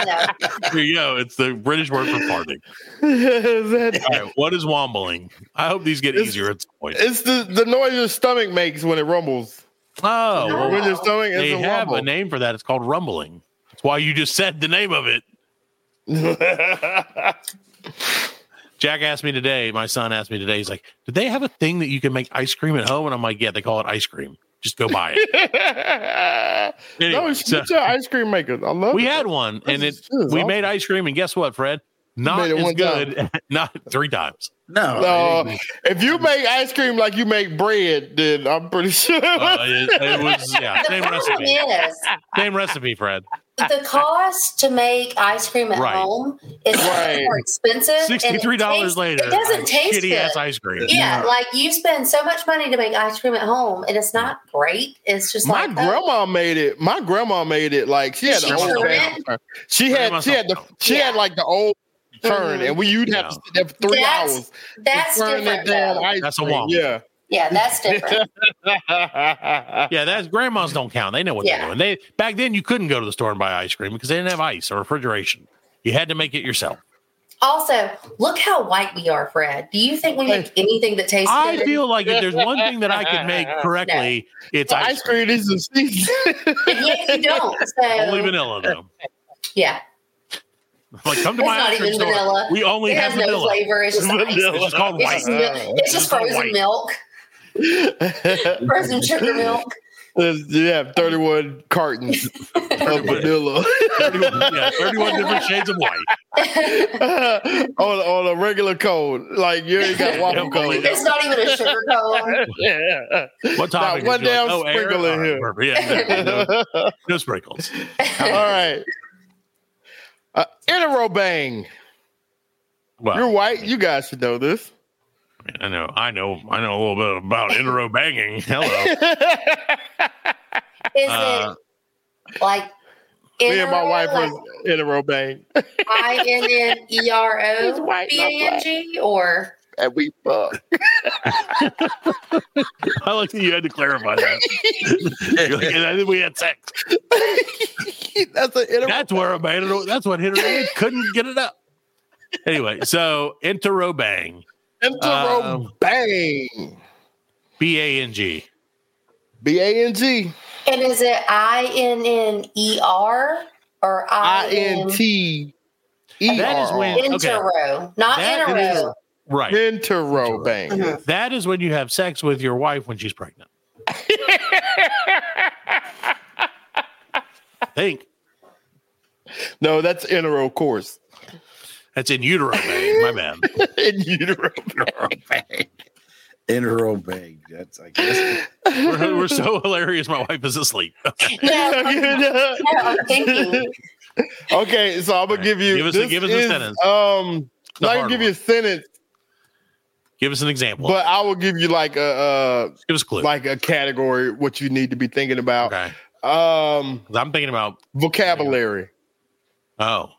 S8: No.
S5: There you go. It's the British word for farting.
S6: Is that-
S5: All right, what is wombling? I hope these get
S6: It's-
S5: easier at some point.
S6: it's the, the noise your stomach makes when it rumbles.
S5: Oh,
S8: No.
S5: well,
S6: When your stomach is
S5: they
S6: a
S5: have a
S6: rumble.
S5: name for that. It's called rumbling. That's why you just said the name of it. Jack asked me today, my son asked me today, he's like, Did they have a thing that you can make ice cream at home? And I'm like, Yeah, they call it ice cream. Just go buy it. Anyway,
S6: no, it's
S5: so
S6: it's your ice cream maker. I love
S5: we
S6: it.
S5: had one and it
S6: Oh, This is
S5: we
S6: awesome.
S5: made ice cream, and guess what, Fred? Not
S6: Made it
S5: as
S6: one
S5: good. Not three times.
S7: No,
S6: No, if you make ice cream like you make bread, then I'm pretty sure.
S5: Uh, it, it was yeah,
S8: The
S5: same
S8: problem
S5: recipe.
S8: is
S5: Same recipe, Fred.
S8: the cost to make ice cream at
S5: Right.
S8: home is
S6: Right.
S8: more expensive. and it
S5: Sixty-three dollars
S8: tastes-
S5: later,
S8: It doesn't taste
S5: shitty
S8: good.
S5: ass ice cream.
S8: Yeah, like you spend so much money to make ice cream at home, and it's not great. It's just
S6: My
S8: like oh,
S6: grandma made it. My grandma made it like she had
S8: She
S6: the old
S8: turned
S6: fashioned turn. She had
S5: Grandma's
S6: she had the
S5: old.
S6: she had
S8: Yeah.
S6: like the old turn,
S8: Mhm.
S6: and we you'd have to sit there for three
S8: That's
S6: hours.
S8: that's
S6: turning
S8: different.
S6: damn
S8: though.
S6: ice
S5: That's a
S6: cream.
S5: woman.
S6: Yeah.
S8: Yeah, that's different.
S5: Yeah, that's grandmas don't count. They know what
S8: Yeah.
S5: they're doing. They back then you couldn't go to the store and buy ice cream because they didn't have ice or refrigeration. You had to make it yourself.
S8: also, look how white we are, Fred. Do you think we make anything that tastes
S5: I
S8: good?
S5: feel like if there's one thing that I could make correctly, it's
S6: The
S5: ice
S6: ice
S5: cream.
S6: cream is a season.
S8: yeah, you don't.
S5: Only
S8: So
S5: vanilla though.
S8: yeah,
S5: Like come to
S8: It's
S5: my
S8: not
S5: ice cream
S8: even
S5: store.
S8: vanilla.
S5: We only
S8: it
S5: have
S8: has no
S5: vanilla.
S8: flavor. It's just ice.
S5: It's just called
S8: It's
S5: white.
S8: just, mil- it's just
S5: Vanilla
S8: frozen
S5: white.
S8: milk, frozen sugar milk.
S6: yeah, thirty-one cartons of vanilla
S5: 31, yeah, 31 different shades of white.
S6: on on a regular code. Like you ain't got waffle cone.
S8: it's not even a sugar cone.
S6: Yeah.
S5: What topic?
S6: one
S5: is you
S6: damn
S5: air?
S6: sprinkle in
S5: All
S6: here.
S5: perfect. Yeah, exactly. no, no sprinkles.
S6: All right. Uh, Interro bang.
S5: Well,
S6: You're white. You guys should know this.
S5: I know, I know, I know a little bit about intero banging. Hello.
S8: Is
S5: Uh,
S8: it like
S6: Me and my
S8: N-R-O,
S6: wife
S8: like
S6: was interro bang.
S8: I N N E R
S6: He's
S8: O
S6: white,
S8: B A N G or
S6: And we fucked.
S5: I like that you had to clarify that. You're like, and I think we had sex.
S6: That's an interro.
S5: That's where a man. That's what hit her. It couldn't get it up. Anyway, so intero bang,
S6: interro
S5: um,
S6: bang.
S5: B A N G.
S6: B A N G
S8: and is it I N N E R or
S6: I
S8: I
S6: N
S8: N
S6: T E
S5: That is
S6: R
S5: when-
S6: R.
S8: Intero, not
S5: That is-
S8: intero.
S5: Right.
S6: Interro bang.
S8: Mhm.
S5: That is when you have sex with your wife when she's pregnant. I think
S6: No, that's interro course.
S5: that's in utero bang. My bad.
S6: In utero.
S9: Interim bang. That's I guess.
S5: We're, we're so hilarious. My wife is asleep.
S8: No, no, I'm thinking.
S6: okay, so I'm
S5: All
S6: gonna
S5: right.
S6: give you.
S5: Give us a-
S6: this
S5: give us a
S6: is,
S5: sentence.
S6: Um,
S5: The
S6: I can
S5: hard
S6: give you a sentence,
S5: Give us an example.
S6: but I will give you like a
S5: Give us a
S6: uh,
S5: clue.
S6: like a category what you need to be thinking about.
S5: okay.
S6: Um,
S5: 'Cause I'm thinking about
S6: vocabulary,
S5: oh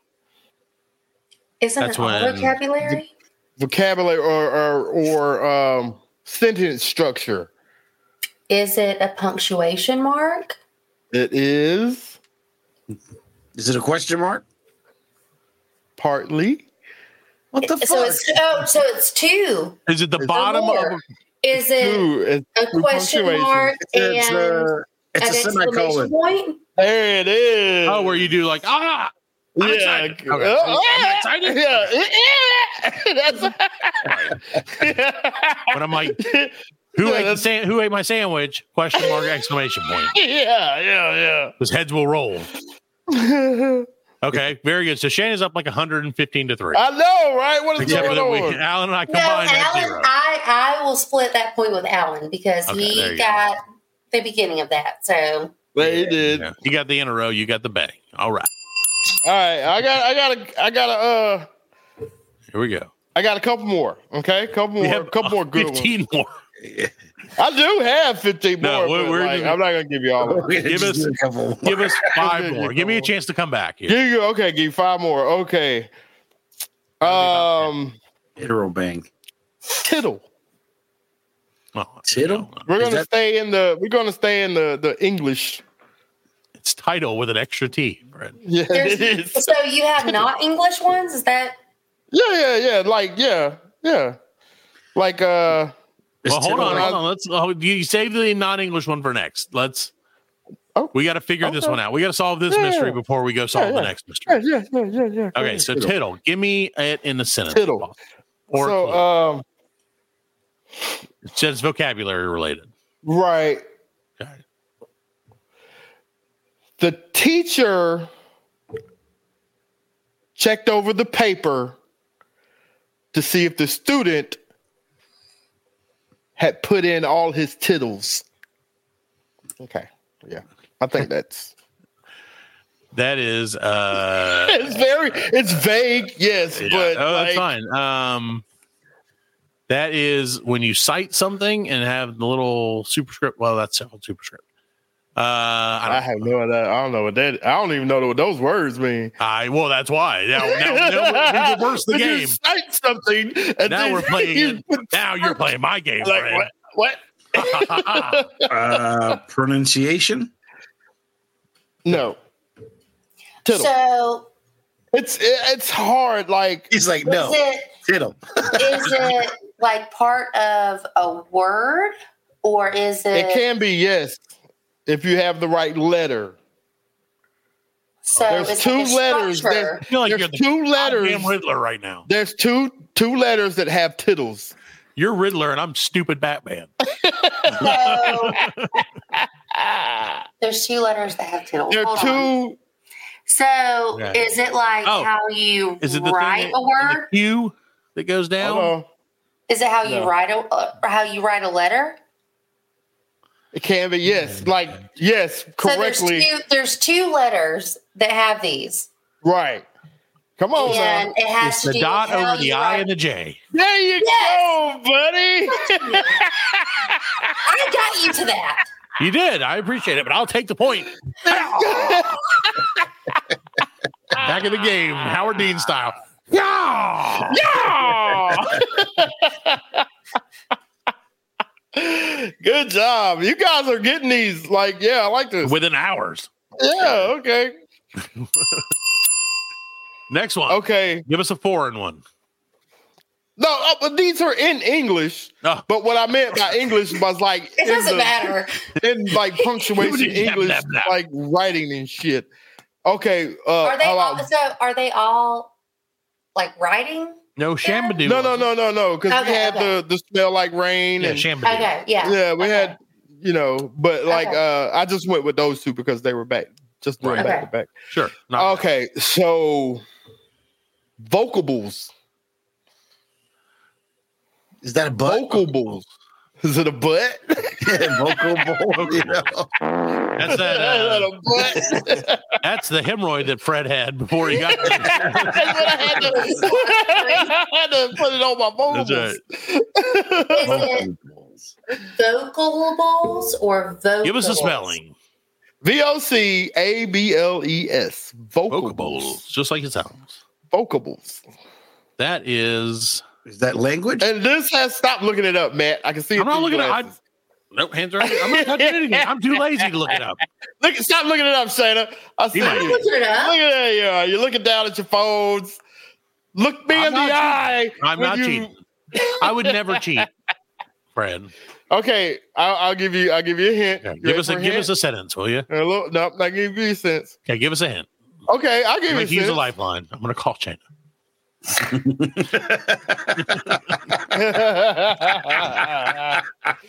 S8: Isn't
S5: That's
S8: it all
S5: when-
S8: vocabulary?
S6: vocabulary, or or, or um, sentence structure.
S8: Is it a punctuation mark?
S6: It is
S7: is it a question mark?
S6: partly.
S7: What the
S8: So
S7: fuck?
S8: it's oh, so it's two.
S5: is it the
S6: It's
S5: bottom
S8: more.
S5: of
S8: Is it
S6: Ooh, it's-
S8: a
S6: two
S8: question
S6: punctuations.
S8: mark and
S7: It's a, it's a
S8: an exclamation
S7: semicolon.
S8: point?
S6: there it is.
S5: oh where you do like ah I'm excited.
S6: Yeah.
S5: Okay.
S6: Oh, ah!
S5: I'm
S6: yeah.
S5: excited.
S6: Yeah. That's
S5: when I'm like who
S6: Yeah,
S5: ate the
S6: that's-
S5: sa- who ate my sandwich question mark exclamation point
S6: yeah, yeah,
S5: because heads will roll
S6: yeah.
S5: okay very good so Shane is up like 115 to three
S6: I know, right? What is
S5: except for
S6: going
S5: that we
S6: on?
S5: Alan and I
S8: No,
S5: combined at
S8: Alan,
S5: zero
S8: I, I will split that point with Alan because
S5: Okay, there
S8: he
S5: you go.
S8: got the beginning of that. So
S6: They did.
S5: Yeah. you got the in a row you got the bang all right
S6: All right, I got, I got, a, I got a, uh,
S5: here we go
S6: I got a couple more. Okay, couple more,
S5: We have,
S6: couple
S5: uh,
S6: more good ones.
S5: 15 more
S6: I do have fifteen
S5: No,
S6: more.
S5: we're-
S6: but,
S5: we're
S6: like,
S5: just-
S6: I'm not gonna give you all. Of them.
S5: Give us-
S7: a couple. more.
S5: give us five
S6: Give
S5: more
S6: you
S5: give me a
S6: four.
S5: chance to come back here
S6: Give you okay? Give you five more. Okay. Um,
S7: Interim bang.
S6: tittle.
S5: Oh,
S7: Tittle?
S5: no, no.
S6: We're
S7: Is
S6: gonna
S7: that-
S6: stay in the. We're gonna stay in the the English.
S5: it's title with an extra T Fred.
S6: Yeah, it
S8: there's,
S6: is.
S8: so you have not English ones? Is that
S6: Yeah, yeah, yeah. Like, yeah, yeah. Like, uh,
S7: It's
S5: well, hold on,
S7: tittle.
S5: hold on. Let's oh, you save the non-English one for next. Let's.
S6: Oh.
S5: we got to figure this
S6: Okay.
S5: one out. We got to solve this
S6: Yeah,
S5: mystery
S6: yeah.
S5: before we go solve
S6: Yeah,
S5: the
S6: yeah.
S5: next
S6: yeah,
S5: mystery.
S6: yeah, yeah, yeah, yeah.
S5: Okay, so
S7: Tittle.
S5: tittle. Give me it in a sentence.
S6: Tittle.
S5: boss. Or
S6: so,
S5: clue.
S6: um,
S5: It says vocabulary related.
S6: um, right.
S5: Okay.
S6: The teacher checked over the paper to see if the student had put in all his tittles. Okay. Yeah. I think that's
S5: That is uh
S6: it's very it's vague, yes,
S5: yeah.
S6: but
S5: oh, that's
S6: like,
S5: fine. Um that is when you cite something and have the little superscript. Well, that's called superscript. Uh I,
S6: I
S5: don't-
S6: have no idea. I don't know what that I don't even know what those words mean.
S5: I well, that's why. Now, now, now we reverse the
S6: Did you
S5: game.
S6: cite something. and
S5: Now
S6: then
S5: we're playing.
S6: you
S5: it.
S6: put-
S5: Now you're playing my game.
S6: Like,
S5: Fred.
S6: what? What?
S7: Uh, pronunciation.
S6: No. Tittle.
S8: So
S6: it's it, it's hard. Like
S7: He's like,
S8: is
S7: no,
S8: it
S7: tittle.
S8: is it like part of a word or is it,
S6: it can be yes if you have the right letter.
S8: so
S6: There's
S8: it's
S6: two
S8: like a
S6: letters.
S8: structure.
S6: There's,
S5: I feel like
S6: there's
S5: you're the
S6: two letters.
S5: Damn Riddler right now.
S6: There's two two letters that have tittles.
S5: You're Riddler and I'm stupid Batman.
S8: So, there's two letters that have titles.
S6: There
S8: Hold
S6: are
S8: on.
S6: two.
S8: So
S5: Yeah.
S8: is it like
S5: Oh.
S8: how you
S5: Is it the
S8: write
S5: thing
S8: a
S5: that-
S8: word?
S5: The Q that goes down.
S6: Hold on.
S8: Is it how you
S5: No.
S8: write a uh, how you write a letter?
S6: It can be yes. Like yes, correctly.
S8: So there's two there's two letters that have these,
S6: right. Come on
S8: and
S6: now.
S8: it has
S5: It's
S8: to
S5: the
S8: do
S5: dot
S8: with how
S5: over the
S8: you
S5: I
S8: write-
S5: and the J.
S6: There you
S8: Yes.
S6: go, buddy.
S8: I got you to that.
S5: You did. I appreciate it, but I'll take the point. Back in the game, Howard Dean style. Yeah.
S6: Good job. You guys are getting these. Like, yeah, I like this.
S5: Within hours.
S6: yeah, okay.
S5: Next one.
S6: Okay.
S5: Give us a foreign one.
S6: No, uh, but these are in English.
S5: No.
S6: But what I meant by English was like
S8: It
S6: in
S8: doesn't
S6: the-
S8: matter.
S6: in like punctuation
S5: Blah, blah,
S6: English,
S5: blah.
S6: like writing and shit. Okay,
S5: Oh,
S6: uh,
S8: Are they
S6: how
S8: all,
S6: about-
S8: so? Are they all like writing?
S5: No Shambadu.
S6: no, no, no, no, no, because
S8: Okay,
S6: we had
S8: okay.
S6: the the smell like rain
S5: Yeah,
S6: and
S5: Shambadu.
S8: Okay, yeah,
S6: yeah, we
S8: okay.
S6: had you know, but like
S8: Okay.
S6: uh, I just went with those two because they were back, just doing
S5: Right.
S6: back
S8: Okay.
S6: to back.
S5: Sure. Not
S6: Okay, so vocables,
S7: Is that a butt?
S6: vocables. Is it a butt?
S7: Vocal bowl. You know?
S5: bad. That's that.
S6: Is
S5: Uh,
S6: it a butt?
S5: that's the hemorrhoid that Fred had before he got. there.
S6: That's what I had to, I had to put it on my
S5: That's
S6: vocables.
S5: right.
S8: Is it vocables or vocables?
S5: Give us a spelling.
S6: V O C A B L E S. Vocables.
S5: Vocables, just like it sounds.
S6: Vocables.
S5: That is.
S7: Is that language?
S6: And this has stop looking it up, Matt. I can see. it
S5: I'm not
S6: through
S5: looking at. I,
S6: glasses.
S5: nope, hands are. I'm not touching it again. I'm too lazy to look it up.
S6: Look, stop looking it up, Shana. I see.
S5: might
S6: it.
S5: be.
S6: Look
S8: Look it up.
S6: at that. You are. You're looking down at your phones. Look me
S5: I'm
S6: in
S5: not
S6: the
S5: cheating.
S6: eye.
S5: I'm
S6: when
S5: not
S6: you-
S5: cheating. I would never cheat, Fred.
S6: Okay, I'll, I'll give you. I'll give you a hint.
S5: Yeah,
S6: You
S5: give
S6: ready
S5: us
S6: for
S5: a give us a
S6: hint?
S5: sentence, will you?
S6: A little, nope, not give you a sense.
S5: Okay, give us a hint.
S6: Okay, I'll give
S5: I'm
S6: you a
S5: gonna use
S6: sense.
S5: a lifeline. I'm gonna call China.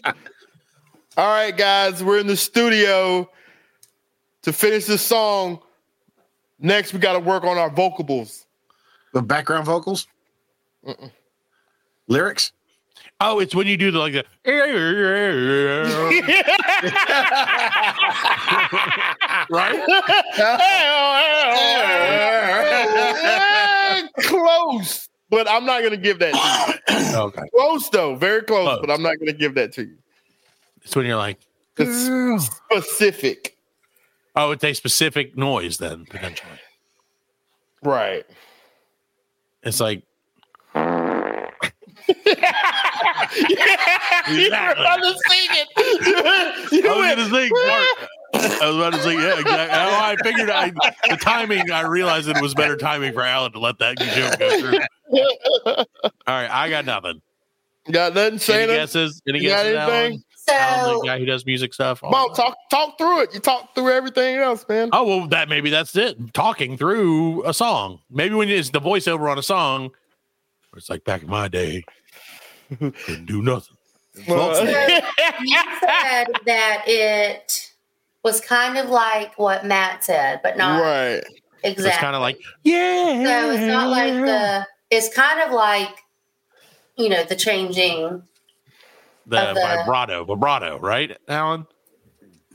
S6: All right, guys, we're in the studio to finish this song. Next, we got to work on our vocables.
S7: The background vocals? Lyrics?
S5: Oh, it's when you do the like the right.
S6: Eh, close, but I'm not going to give that to
S5: Okay,
S6: you. Close, though, very close,
S5: Close.
S6: but I'm not going to give that to you.
S5: it's when you're like,
S6: It's specific.
S5: oh, it's a specific noise then potentially.
S6: Right.
S5: It's like
S6: You were
S5: Exactly.
S6: about to sing it. You
S5: I was
S6: went,
S5: gonna say, Mark. I was about to say, yeah, exactly. Oh, I figured I the timing. I realized it was better timing for Alan to let that joke go through. All right, I got nothing.
S6: Got nothing,
S5: Any
S6: Shana?
S5: guesses? Any
S6: You got
S5: guesses,
S6: anything?
S5: Alan? Alan, the
S8: So um,
S5: guy who does music stuff.
S6: Come on, talk, talk through it. You talk through everything else, man.
S5: Oh well, that maybe that's it. Talking through a song. Maybe when it's the voiceover on a song, it's like back in my day, couldn't do nothing.
S8: you said that it was kind of like what Matt said, but not
S6: right.
S8: exactly.
S5: It's kind of like yeah.
S8: so it's not like the. It's kind of like you know the changing.
S5: The,
S8: Of the-
S5: vibrato, vibrato, right, Alan?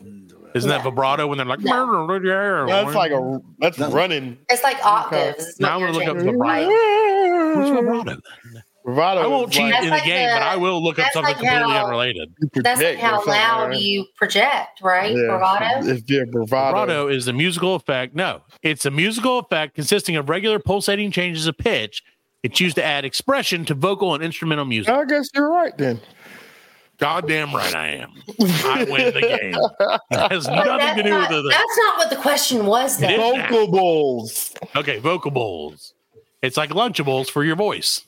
S5: Isn't that
S8: Yeah.
S5: vibrato when they're like?
S8: No.
S6: That's like a that's running
S8: It's like octaves. is what
S5: Now I'm
S8: you're
S5: gonna look up
S8: changing,
S5: vibrato.
S8: right?
S5: What's vibrato?
S6: bravado.
S5: I won't
S6: is
S5: cheat
S6: like
S5: in the
S8: like
S5: game,
S8: the-
S5: but I will look up
S8: that's
S5: something
S8: like how-
S5: completely unrelated.
S6: you
S8: That's like
S6: predict or
S8: how
S6: something,
S8: loud
S6: right?
S8: you project, right?
S6: Yeah.
S8: Bravado.
S6: If you're bravado,
S5: Vibrato is the musical effect. No, it's a musical effect consisting of regular pulsating changes of pitch. It's used to add expression to vocal and instrumental music.
S6: I guess you're right then.
S5: Goddamn right I am. I win the game. It has
S8: But
S5: nothing
S8: that's
S5: to do with
S8: not-
S5: the
S8: That's not what the question was,
S5: It
S8: though.
S5: is.
S6: Vocal bowls.
S5: Okay, vocables. It's like lunchables for your voice.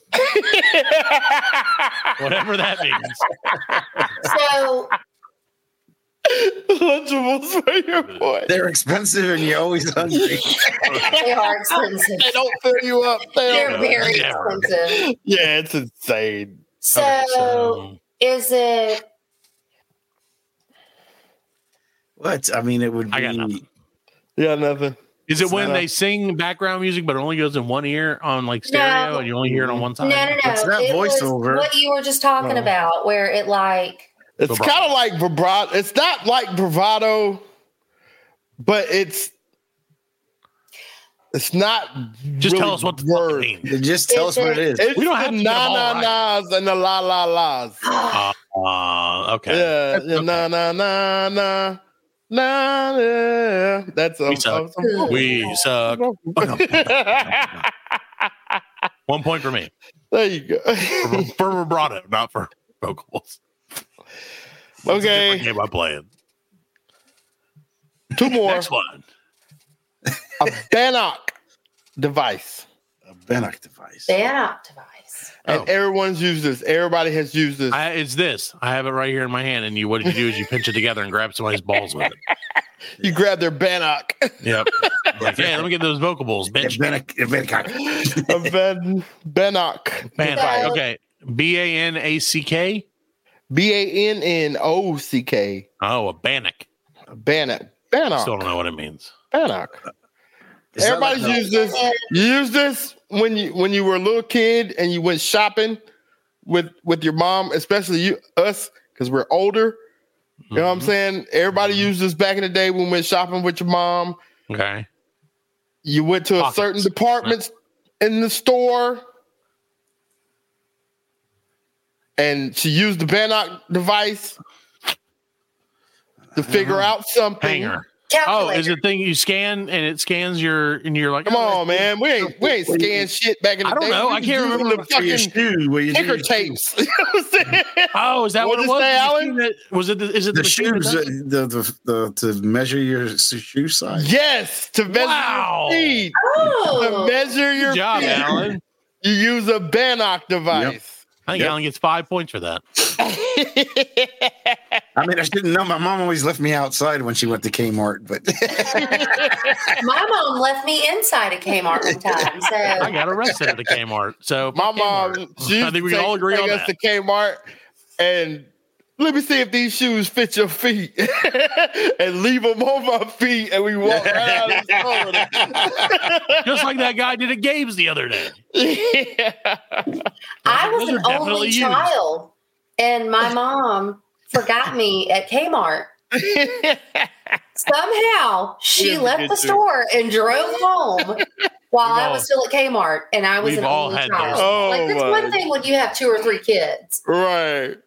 S5: Whatever that means.
S8: So
S6: Lunchables for your boy.
S7: They're expensive and you're always hungry.
S8: they are expensive.
S6: They don't fill you up. They
S8: They're
S6: don't.
S8: very
S5: Yeah.
S8: expensive.
S6: Yeah, it's insane.
S8: So,
S5: Okay, so-
S8: is it
S7: what? I mean, it would
S5: I got
S7: be.
S5: nothing.
S6: Yeah, nothing.
S5: is it
S6: It's
S5: when
S6: not
S5: they
S6: a-
S5: sing background music but it only goes in one ear on like stereo and you only hear it on one
S8: no,
S5: side?
S8: no, no?
S7: It's not
S8: it was
S7: voiceover.
S8: What you were just talking
S6: No.
S8: about, where it like
S6: It's
S5: Vibrato.
S6: kind of like vibrato. It's not like bravado, but it's it's not.
S5: Just
S6: really
S5: tell us what the fuck
S6: word.
S5: it means.
S7: Just tell
S8: Is
S7: us what it is.
S6: It's we don't have the
S5: to get 'em
S6: na
S5: all
S6: na nas and the la la las.
S5: Uh, okay.
S6: Yeah, yeah, na na na na na. Yeah. That's um,
S5: We suck. Oh,
S6: um, some-
S5: We suck. One point for me.
S6: there you go.
S5: For, for vibrato, not for vocals. What's the different
S6: okay,
S5: game I'm playing.
S6: two more.
S5: Next one.
S6: A Banach device,
S7: A Banach device.
S8: that device.
S5: Oh.
S6: and everyone's used this. Everybody has used this.
S5: I, it's this. I have it right here in my hand, and you. What did you do? Is you pinch it together and grab somebody's balls with it.
S6: you grab their Banach.
S5: Yep. Like, hey, let me get those vocables,
S7: A
S5: bitch.
S7: Banach. A Banach.
S6: a ben, Banach.
S5: Banach.
S8: So-
S5: Okay. B a n a c k.
S6: B A N N O C K.
S5: Oh, a bannock.
S6: Banach.
S5: Still
S6: Banach.
S5: don't know what it means.
S6: Banach.
S7: It's not
S6: Everybody's
S7: like a-
S6: used this. You used this when you when you were a little kid and you went shopping with with your mom, especially you us, because we're older. You know what I'm saying? Everybody used this back in the day when we went shopping with your mom.
S5: Okay.
S6: You went to a
S5: Pockets.
S6: certain department in the store, and she used the Bannock device to figure out something.
S5: Hanger. Oh,
S8: Calculator.
S5: is it thing you scan and it scans your and you're like,
S6: Come
S5: oh,
S6: on, man. We ain't we ain't scanned shit back in the
S5: I don't
S6: day.
S5: know.
S6: We
S5: I
S6: was
S5: can't
S6: using
S5: remember
S6: the
S7: for your
S6: fucking
S7: shoe where you do
S6: ticker
S7: your shoe.
S6: tapes. You know what I'm saying?
S5: Oh, is that what, it
S6: What'd you
S5: was?
S6: say,
S5: Did you
S6: Alan?
S5: see that- was it? The, is it the,
S7: The
S5: machine that
S7: shoes,
S5: does
S7: uh,
S5: it?
S7: the, the, the, to measure your s- shoe size.
S6: Yes, to measure
S5: Wow.
S6: your feet. To
S8: oh,
S6: measure your
S5: Good job,
S6: feet,
S5: Alan.
S6: you use a Bannock device.
S5: I think
S7: Yep.
S5: Alan gets five points for that.
S7: I mean, I shouldn't know. My mom always left me outside when she went to Kmart, but
S5: Uh,
S8: my mom left me inside at Kmart one time.
S5: I
S8: So
S5: got arrested at the Kmart. So
S6: My
S5: fuck
S6: mom,
S5: Kmart.
S6: she used
S5: I think we
S6: to
S5: can all
S6: take-
S5: agree
S6: take
S5: on
S6: us
S5: that.
S6: to Kmart and let me see if these shoes fit your feet and leave them on my feet and we walk right out of the store. with them.
S5: Just like that guy did at Gabe's the other day.
S6: yeah.
S8: I was
S5: Those are
S8: an
S5: definitely
S8: only
S5: used.
S8: child, and my mom forgot me at Kmart. Somehow
S6: We
S8: she
S6: didn't
S8: left
S6: get
S8: the
S6: to.
S8: store and drove home while
S5: We've
S8: I was still at Kmart and I was
S5: we've
S8: an
S5: all
S8: only
S5: had
S8: child.
S5: those.
S6: Oh
S8: like that's
S6: my.
S8: one thing when you have two or three kids.
S6: Right.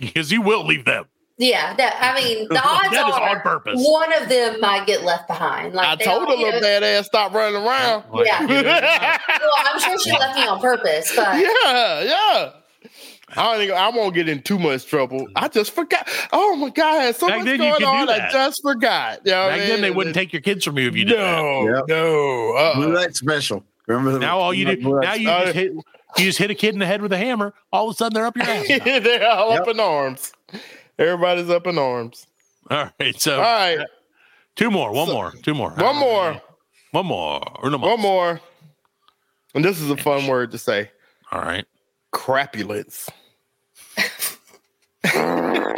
S5: Because you will leave them.
S8: Yeah, that, I mean the
S5: That
S8: odds
S5: is
S8: are
S5: on purpose.
S8: one of them might get left behind. Like
S6: I
S8: they
S6: told
S8: all-
S6: the little badass stop running around.
S5: Like,
S8: Yeah.
S5: you know,
S8: Well, I'm sure she left me on purpose, but
S6: Yeah, yeah. I don't think I won't get in too much trouble. I just forgot. Oh my god, I had so
S5: Back
S6: much
S5: then you
S6: going
S5: could do
S6: on. I
S5: that.
S6: just forgot. You know what
S5: Back
S6: I
S5: then, they
S6: mean?
S5: wouldn't take your kids from you if you did that.
S6: No,
S7: Yep.
S6: no. uh-uh.
S7: Roulette special. Remember the-
S5: Now all you do, now you
S6: Uh,
S5: just hit, you just hit a kid in the head with a hammer. All of a sudden, they're up your ass.
S6: They're all
S7: Yep.
S6: up in arms. Everybody's up in arms.
S5: all right, so
S6: All right,
S5: two more, one more, two more,
S6: one more,
S5: one more, or no more.
S6: one more. And this is a fun word to say:
S5: All right,
S6: crapulence.
S5: that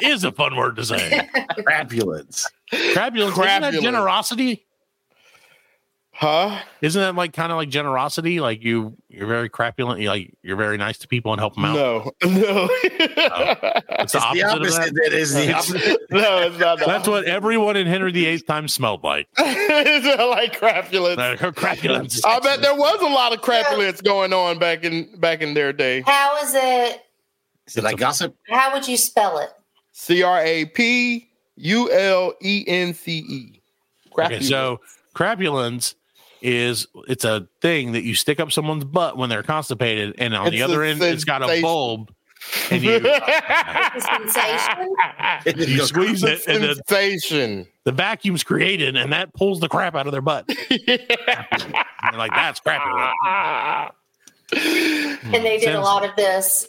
S5: is a fun word to say.
S7: crapulence.
S5: Crapulence, isn't that
S6: Crapulence.
S5: generosity?
S6: Huh?
S5: Isn't that like kind of like generosity? Like you, you're very crapulent. You like you're very nice to people and help them out.
S6: No, no,
S5: it's the opposite,
S7: the opposite
S5: of that.
S7: that is the opposite.
S6: no. It's not. That.
S5: Oh. That's what everyone in Henry VIII time smelled like.
S6: it's not like crapulence.
S5: Like, crapulence.
S6: I bet there was a lot of crapulence going on back in back in their day.
S8: How is it?
S7: Is it like gossip?
S8: How would you spell it?
S6: C R A P U L E N C E.
S5: Okay, so crapulence is it's a thing that you stick up someone's butt when they're constipated, and on
S6: It's
S5: the other
S6: a
S5: end, it's got a
S6: sensation.
S5: bulb, and you,
S8: The sensation?
S5: you squeeze it, and the,
S6: sensation.
S5: the vacuum's created, and that pulls the crap out of their butt. And they're like that's crapulent.
S8: And they did a
S5: Sens-
S8: lot of this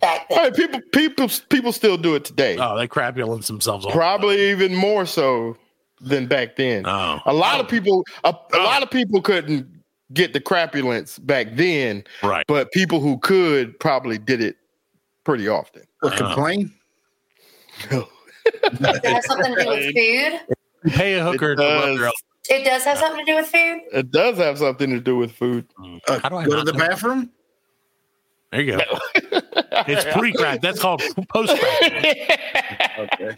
S8: back
S6: I mean,
S8: then.
S6: people people people still do it today.
S5: Oh, they crapulence themselves. all the time.
S6: Probably even more so than back then.
S5: Oh,
S6: a lot of people a, a lot of people couldn't get the crapulence back then,
S5: right.
S6: but people who could probably did it pretty often.
S7: Or complain?
S8: Does it have something to do with food?
S5: You Pay a hooker to rub
S6: does.
S5: your
S8: It does have something to do with food.
S6: It does have something to do with food.
S7: Uh,
S5: How do I
S7: go to
S5: not
S7: the
S5: know?
S7: bathroom?
S5: There you go. it's pre crap. That's called post crap.
S7: Okay.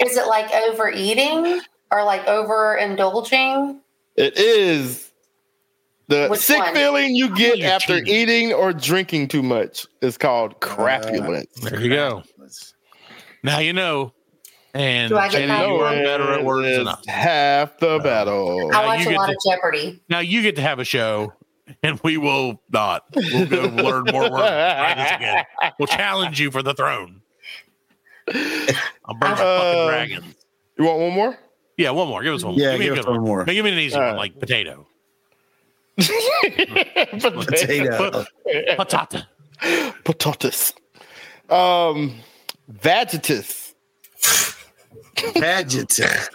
S8: Is it like overeating or like overindulging?
S6: It is the
S8: Which
S6: sick
S8: one?
S6: feeling you get
S5: you're
S6: after
S5: cheating.
S6: eating or drinking too much is called crapulence.
S5: There you go. Now you know. And
S8: Do I get
S5: Jenny, you are
S8: paid?
S5: better at words than
S6: Is
S5: us.
S6: Half the battle.
S5: Now
S8: I watch
S5: you
S8: a
S5: get
S8: lot
S5: to-
S8: of Jeopardy.
S5: Now you get to have a show, and we will not. We'll go learn more words. Try this again. We'll challenge you for the throne. I'll burn the
S6: Uh,
S5: fucking dragons.
S6: You want one more?
S5: Yeah, one more. Give us one. more.
S7: Yeah,
S5: give me a
S7: give
S5: good
S7: us one
S5: one.
S7: more.
S5: No, give me an easy one,
S6: Uh,
S5: like potato,
S7: Potato.
S5: patata.
S6: Potatoes. Um, vagitus.
S7: Adjective.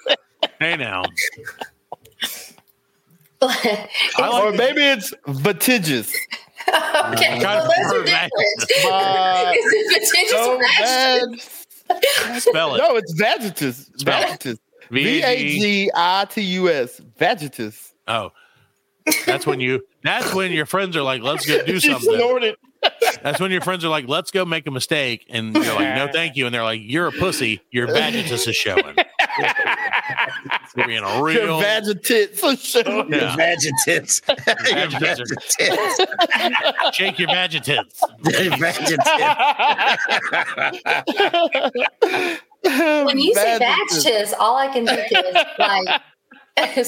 S5: Hey now,
S8: okay,
S5: I
S6: Or
S5: like
S6: maybe it's vitigious.
S5: Mm,
S8: well, those are different.
S6: Uh,
S8: It's a
S6: No,
S8: potential action.
S6: vag-
S5: spell it.
S6: no, it's vagitus.
S5: Spell it.
S6: Vagitus. V A
S5: V-A-G-
S6: G I T U S. Vagitus.
S5: Oh, that's when you. That's when your friends are like, "Let's go do
S6: She
S5: something."
S6: snorted.
S5: That's when your friends are like, "Let's go make a mistake," and you're like, "No, thank you." And they're like, "You're a pussy. Your vagitus is showing." It's gonna be in a
S6: Your
S5: real.
S6: vagitus. are showing.
S5: Yeah.
S7: Adjectives. Adjectives.
S5: Shake your vagitus.
S7: Adjectives.
S8: When you say
S6: Vagitus.
S8: vagitus, all I can think is like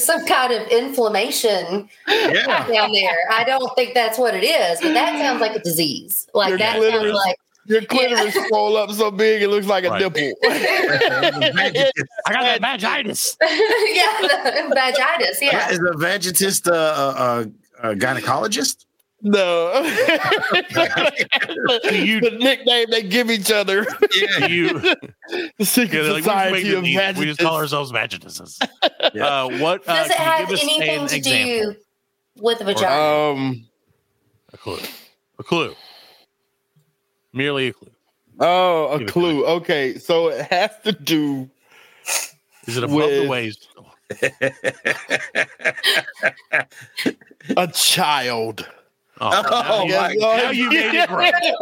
S8: some kind of inflammation
S7: Yeah.
S8: down there. I don't think that's what it is, but that sounds like a disease. Like
S6: Your
S8: that sounds
S6: clitoris.
S8: like
S6: Your clitoris roll up so big it looks like a
S5: Right.
S6: nipple.
S7: Adjectives.
S5: I got that vagitis.
S8: yeah, the vagitis. Yeah,
S7: Is a vegetist a uh, uh, uh, gynecologist?
S6: No.
S5: Do you-
S6: the nickname they give each other.
S7: Yeah.
S5: You, yeah,
S6: The secret
S5: they're like, we,
S6: society
S5: just
S6: of
S5: make them eat. we just call
S6: vagitus.
S5: ourselves vagituses.
S7: Yeah.
S5: Uh, what uh,
S8: does it
S5: can you
S8: have
S5: give us
S8: anything
S5: an
S8: to
S5: example?
S8: do with a vagina?
S6: Um,
S5: A clue. A clue. Merely a clue.
S6: oh,
S5: Give
S6: a
S5: it
S6: clue. Okay, so it has to do.
S5: Is it above the
S6: With-
S5: waist? Oh,
S6: a child.
S5: Oh,
S7: Oh,
S5: now,
S7: my
S5: you, now you made it right. uh,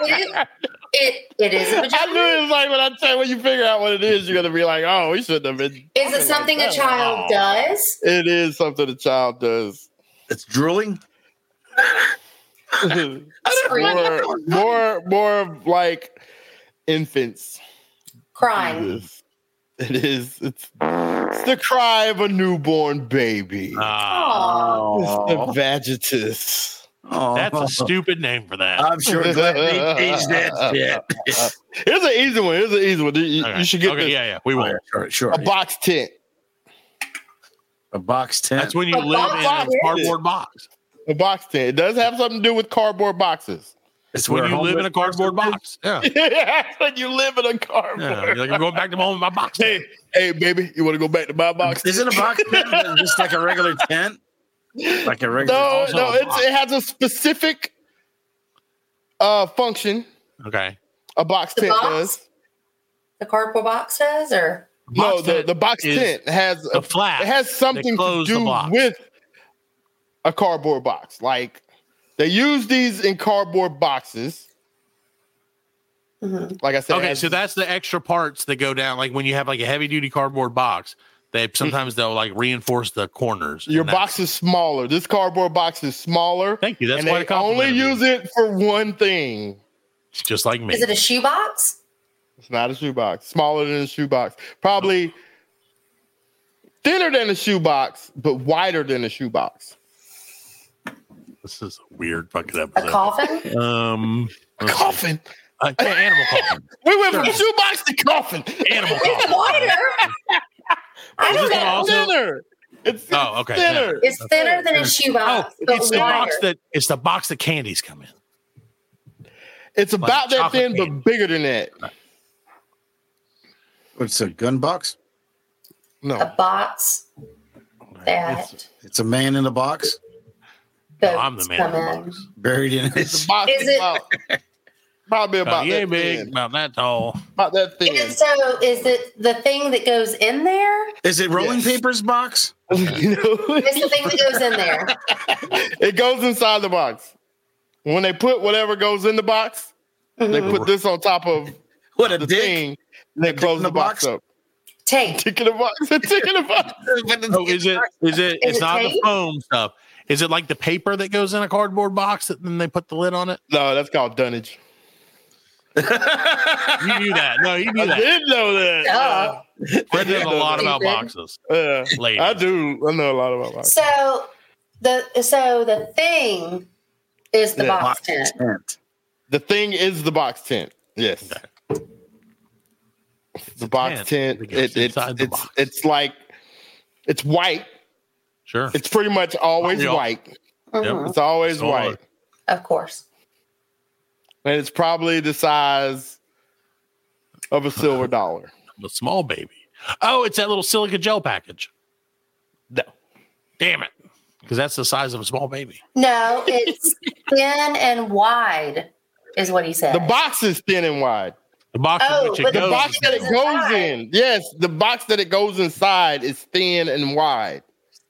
S8: it, it, it is a
S6: I knew
S8: vagina.
S6: it was like when I tell when you figure out what it is, you're gonna be like, oh, we shouldn't have been.
S8: Is
S5: Oh
S8: it something a child does?
S6: It is something a child does.
S7: It's drooling.
S5: Mm-hmm.
S8: Screaming,
S6: more, more, more of like infants.
S8: crying.
S6: It is. It's, it's the cry of a newborn baby.
S5: Ah,
S8: Aww.
S6: It's the vagitus.
S7: Oh,
S5: that's a stupid name for that.
S6: Uh,
S7: I'm sure glad they changed that shit.
S6: Here's an easy one. Here's an easy one. You, you-
S5: Okay.
S6: you should get
S5: okay,
S6: this.
S5: yeah, yeah. We
S7: Oh,
S5: will.
S7: yeah, sure, sure.
S6: a box tent.
S7: A box tent.
S5: That's when you
S8: A
S5: live in a
S8: box.
S5: cardboard box.
S6: A box tent. It does have something to do with cardboard boxes.
S7: It's
S5: When
S7: where
S5: you live in a
S7: homeless
S5: cardboard
S7: person
S5: box. Yeah.
S6: when you live in a cardboard.
S5: yeah. You're like, I'm going back to my home in my box.
S6: Hey, hey, baby, you want to go back to my box?
S7: lives? Is it a box tent? Is it just like a regular tent? Like a regular.
S6: No,
S5: also
S6: no,
S5: a
S6: it's,
S5: box.
S6: it has a specific uh function.
S5: Okay.
S6: A box
S8: The
S6: tent
S8: box?
S6: does.
S8: The cardboard box says, or
S5: Box
S6: no, the,
S5: tent
S6: the box
S5: is
S6: tent has
S5: The
S6: a,
S5: flap.
S6: it has something to
S5: close the
S6: do
S5: box.
S6: with a cardboard box. Like they use these in cardboard boxes.
S8: Mm-hmm.
S6: Like I said,
S5: Okay,
S6: as-
S5: so that's the extra parts that go down. Like when you have like a heavy duty cardboard box, they sometimes they'll like reinforce the corners. and
S6: Hmm. your
S5: that's-
S6: box is smaller. This cardboard box is smaller.
S5: Thank you. That's
S6: and
S5: why
S6: they only use it for one thing.
S5: just like me.
S8: Is it a shoebox?
S6: It's not a shoebox. Smaller than a shoebox. Probably thinner than a shoebox, but wider than a shoebox.
S5: this is a weird fucking
S8: A
S5: episode.
S8: coffin?
S5: Um, let's see.
S6: Coffin.
S5: Uh, yeah, animal coffin.
S6: We went from shoebox to coffin.
S5: Animal
S8: It's
S5: coffin.
S8: wider. I
S5: Is
S8: don't
S5: this one
S8: know.
S5: also-
S6: Thinner. It's, it's
S5: Oh, okay.
S6: thinner.
S8: It's thinner than a
S5: Oh,
S8: shoebox, but
S5: it's the
S8: wider.
S5: box that it's the box that candies come in.
S6: It's about that
S5: chocolate
S6: thin,
S5: cake.
S6: but bigger than that.
S9: What's a gun box?
S8: a
S6: No.
S8: box that
S9: It's a man in a box
S5: No, Oh, I'm the
S8: boats
S5: man in
S8: come
S5: the
S8: in.
S5: box. Uh,
S9: buried in his.
S6: Box
S8: Is it-
S6: about- probably
S9: Oh,
S5: About
S6: about
S5: yay
S6: that
S5: big,
S6: thin.
S5: about that tall.
S6: About that thin.
S8: Is it- so is it the thing that goes in there?
S9: Is it rolling
S6: Yes.
S9: papers box?
S6: You know?
S8: It's the thing that goes in there.
S6: it goes inside the box. When they put whatever goes in the box,
S8: Mm-hmm.
S6: they put this on top of
S9: What a
S6: the
S9: dick!
S6: thing, and they
S9: dick
S6: close
S9: in
S6: the,
S9: the
S6: box,
S9: box?
S6: up.
S8: Tape.
S6: Tick in the box. Tick in the box.
S5: Oh, is it? Is it? it's
S8: it
S5: not the
S8: tape?
S5: foam stuff. Is it like the paper that goes in a cardboard box that then they put the lid on it?
S6: No, that's called dunnage.
S5: You knew that. No, you knew
S6: I
S5: that.
S6: did know that.
S8: Duh.
S5: Fred knows a lot about
S8: Stupid.
S5: boxes.
S6: Yeah.
S5: Ladies.
S6: I do. I know a lot about boxes.
S8: So the so the thing is the
S6: Yeah.
S8: box tent.
S9: Tent.
S6: The thing is the box tent. Yes. The box
S5: tent
S6: tent.
S5: that goes
S6: It, it's
S5: inside the
S6: it's
S5: box.
S6: it's like it's white.
S5: Sure.
S6: It's pretty much always
S5: Aren't we all-
S6: white.
S8: Mhm,
S6: It's always
S5: It's all
S6: white,
S5: right.
S8: Of course.
S6: and it's probably the size of a silver dollar.
S5: I'm a small baby. Oh, it's that little silica gel package.
S6: No.
S5: Damn it. Because that's the size of a small baby.
S8: No, it's thin and wide, is what he said.
S6: The box is thin and wide.
S5: The box
S8: Oh,
S5: in which
S8: but
S5: it
S6: The
S8: the
S5: goes.
S6: box that it
S8: goes
S6: goes
S8: inside.
S6: in. Yes, the box that it goes inside is thin and wide.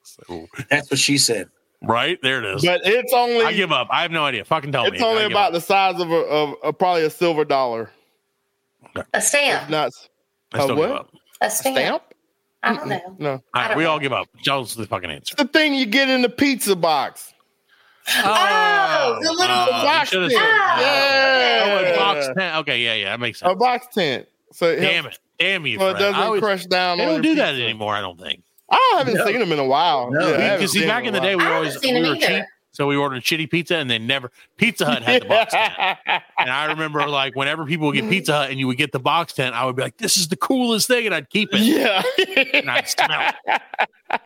S5: So,
S9: That's what she said.
S5: right? There it is.
S6: But it's only
S5: I give up. I have no idea. Fucking tell me.
S6: it's only
S5: I give
S6: about
S5: up.
S6: the size of a, of a probably a silver dollar.
S8: a stamp.
S6: Not
S5: I still
S6: a
S5: give
S6: what?
S5: up.
S8: A stamp.
S6: stamp.
S8: I don't know.
S6: No,
S5: All right,
S8: don't
S5: we all
S8: know.
S5: give up. Jones the fucking answer.
S6: the thing you get in the pizza box.
S8: Oh, the little
S5: oh, you
S6: box
S5: should've
S6: tent.
S5: said-
S6: Yeah.
S5: Oh, a box tent. Okay, yeah, yeah, that makes sense.
S6: A box tent. So it
S5: Damn
S6: helps-
S5: it. Damn you.
S6: so it
S5: Fred.
S6: doesn't
S5: I always-
S6: crush down.
S5: they
S6: on
S5: don't do
S6: your
S5: that
S6: pizza.
S5: anymore, I don't think.
S6: I haven't
S7: No.
S6: seen them in a while.
S7: No.
S6: Yeah, I haven't
S5: Because see,
S6: seen them
S5: back in
S6: a
S5: the day, we
S8: I haven't
S5: always
S8: seen
S5: we
S8: them
S5: were
S8: either.
S5: cheap, so we ordered shitty pizza, and they never Pizza Hut had the box tent.
S6: while.
S5: And I remember like whenever people would get Pizza Hut and you would get the box tent, I would be like, "This is the coolest thing," and I'd keep it
S6: yeah.
S5: and I'd smell it.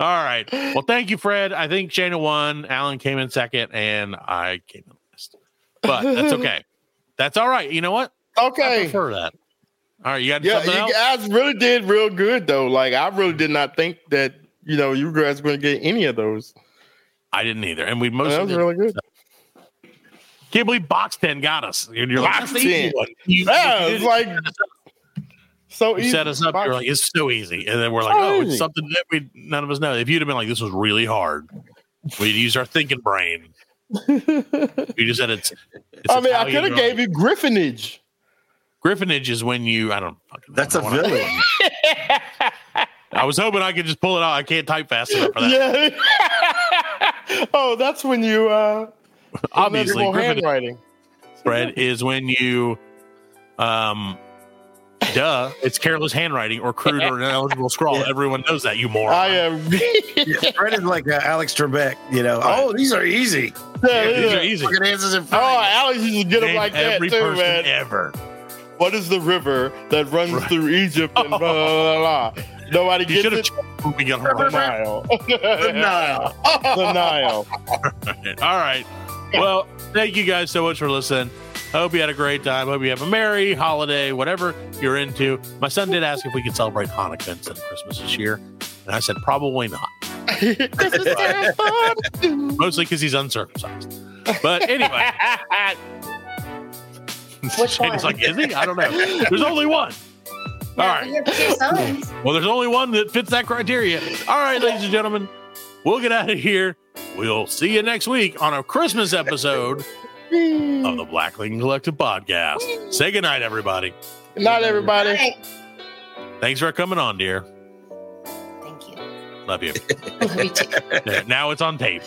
S5: All right. Well, thank you, Fred. I think Shana won. Alan came in second, and I came in last. But that's okay. That's all right. You know what? I
S6: okay.
S5: prefer that. All right. You got
S6: Yeah,
S5: something else?
S6: you guys really did real good though. Like I really did not think that you know you guys were going to get any of those.
S5: I didn't either. And we
S6: That
S5: mostly
S6: was
S5: did.
S6: really good.
S5: can't believe box ten got us. And you're like,
S6: Box
S5: "That's the easy
S6: 10.
S5: one." You,
S6: Yeah,
S5: you did
S6: it's
S5: it.
S6: like so
S5: you
S6: easy.
S5: set us up. You're like, it's so easy, and then we're like,
S6: So
S5: oh,
S6: easy.
S5: it's something that we none of us know. If you'd have been like, this was really hard, we'd use our thinking brain. You just said it's. it's
S6: I mean, I
S5: Italian
S6: could have
S5: girl.
S6: gave you griffinage.
S5: Griffinage is when you. I don't. Fucking
S9: That's
S5: I
S9: a
S5: don't wanna-
S9: villain.
S5: I was hoping I could just pull it out. I can't type fast enough for that.
S6: Yeah. oh, that's when you uh
S5: Obviously,
S6: legible
S5: griffinage
S6: handwriting.
S5: spread is when you, um, duh, it's careless handwriting or crude or ineligible scrawl. Everyone knows that. You moron.
S6: I uh, am.
S9: Yeah, Fred is like uh, Alex Trebek, you know. Oh, these are easy.
S5: These
S6: Yeah,
S5: are
S6: yeah.
S5: easy.
S9: Fucking answers in
S6: Oh,
S9: front. of
S6: Alex used to get them
S5: Name
S6: like that
S5: every
S6: too,
S5: person
S6: man.
S5: ever.
S6: What is the river that runs
S5: Right.
S6: through Egypt and blah blah blah? blah. Nobody
S5: You should
S6: gets
S5: have
S6: it.
S5: checked when we got
S6: The
S5: home.
S6: Nile. the Nile. the Nile.
S5: All right. Well, thank you guys so much for listening. Hope you had a great time. Hope you have a merry holiday, whatever you're into. My son did ask if we could celebrate Hanukkah instead of Christmas this year, and I said probably not, mostly because he's uncircumcised. But anyway,
S8: Which
S5: Shane's
S8: one?
S5: like, is he? I don't know. There's only one. All
S8: Now,
S5: right.
S8: we have two sons.
S5: Well, there's only one that fits that criteria. All right, ladies and gentlemen, We'll get out of here. We'll see you next week on a Christmas episode of the Black Lincoln Collective podcast. Say goodnight, everybody.
S6: Not everybody.
S8: Right.
S5: Thanks for coming on, dear.
S8: Thank you.
S5: Love you.
S8: Love you too.
S5: There, now it's on tape.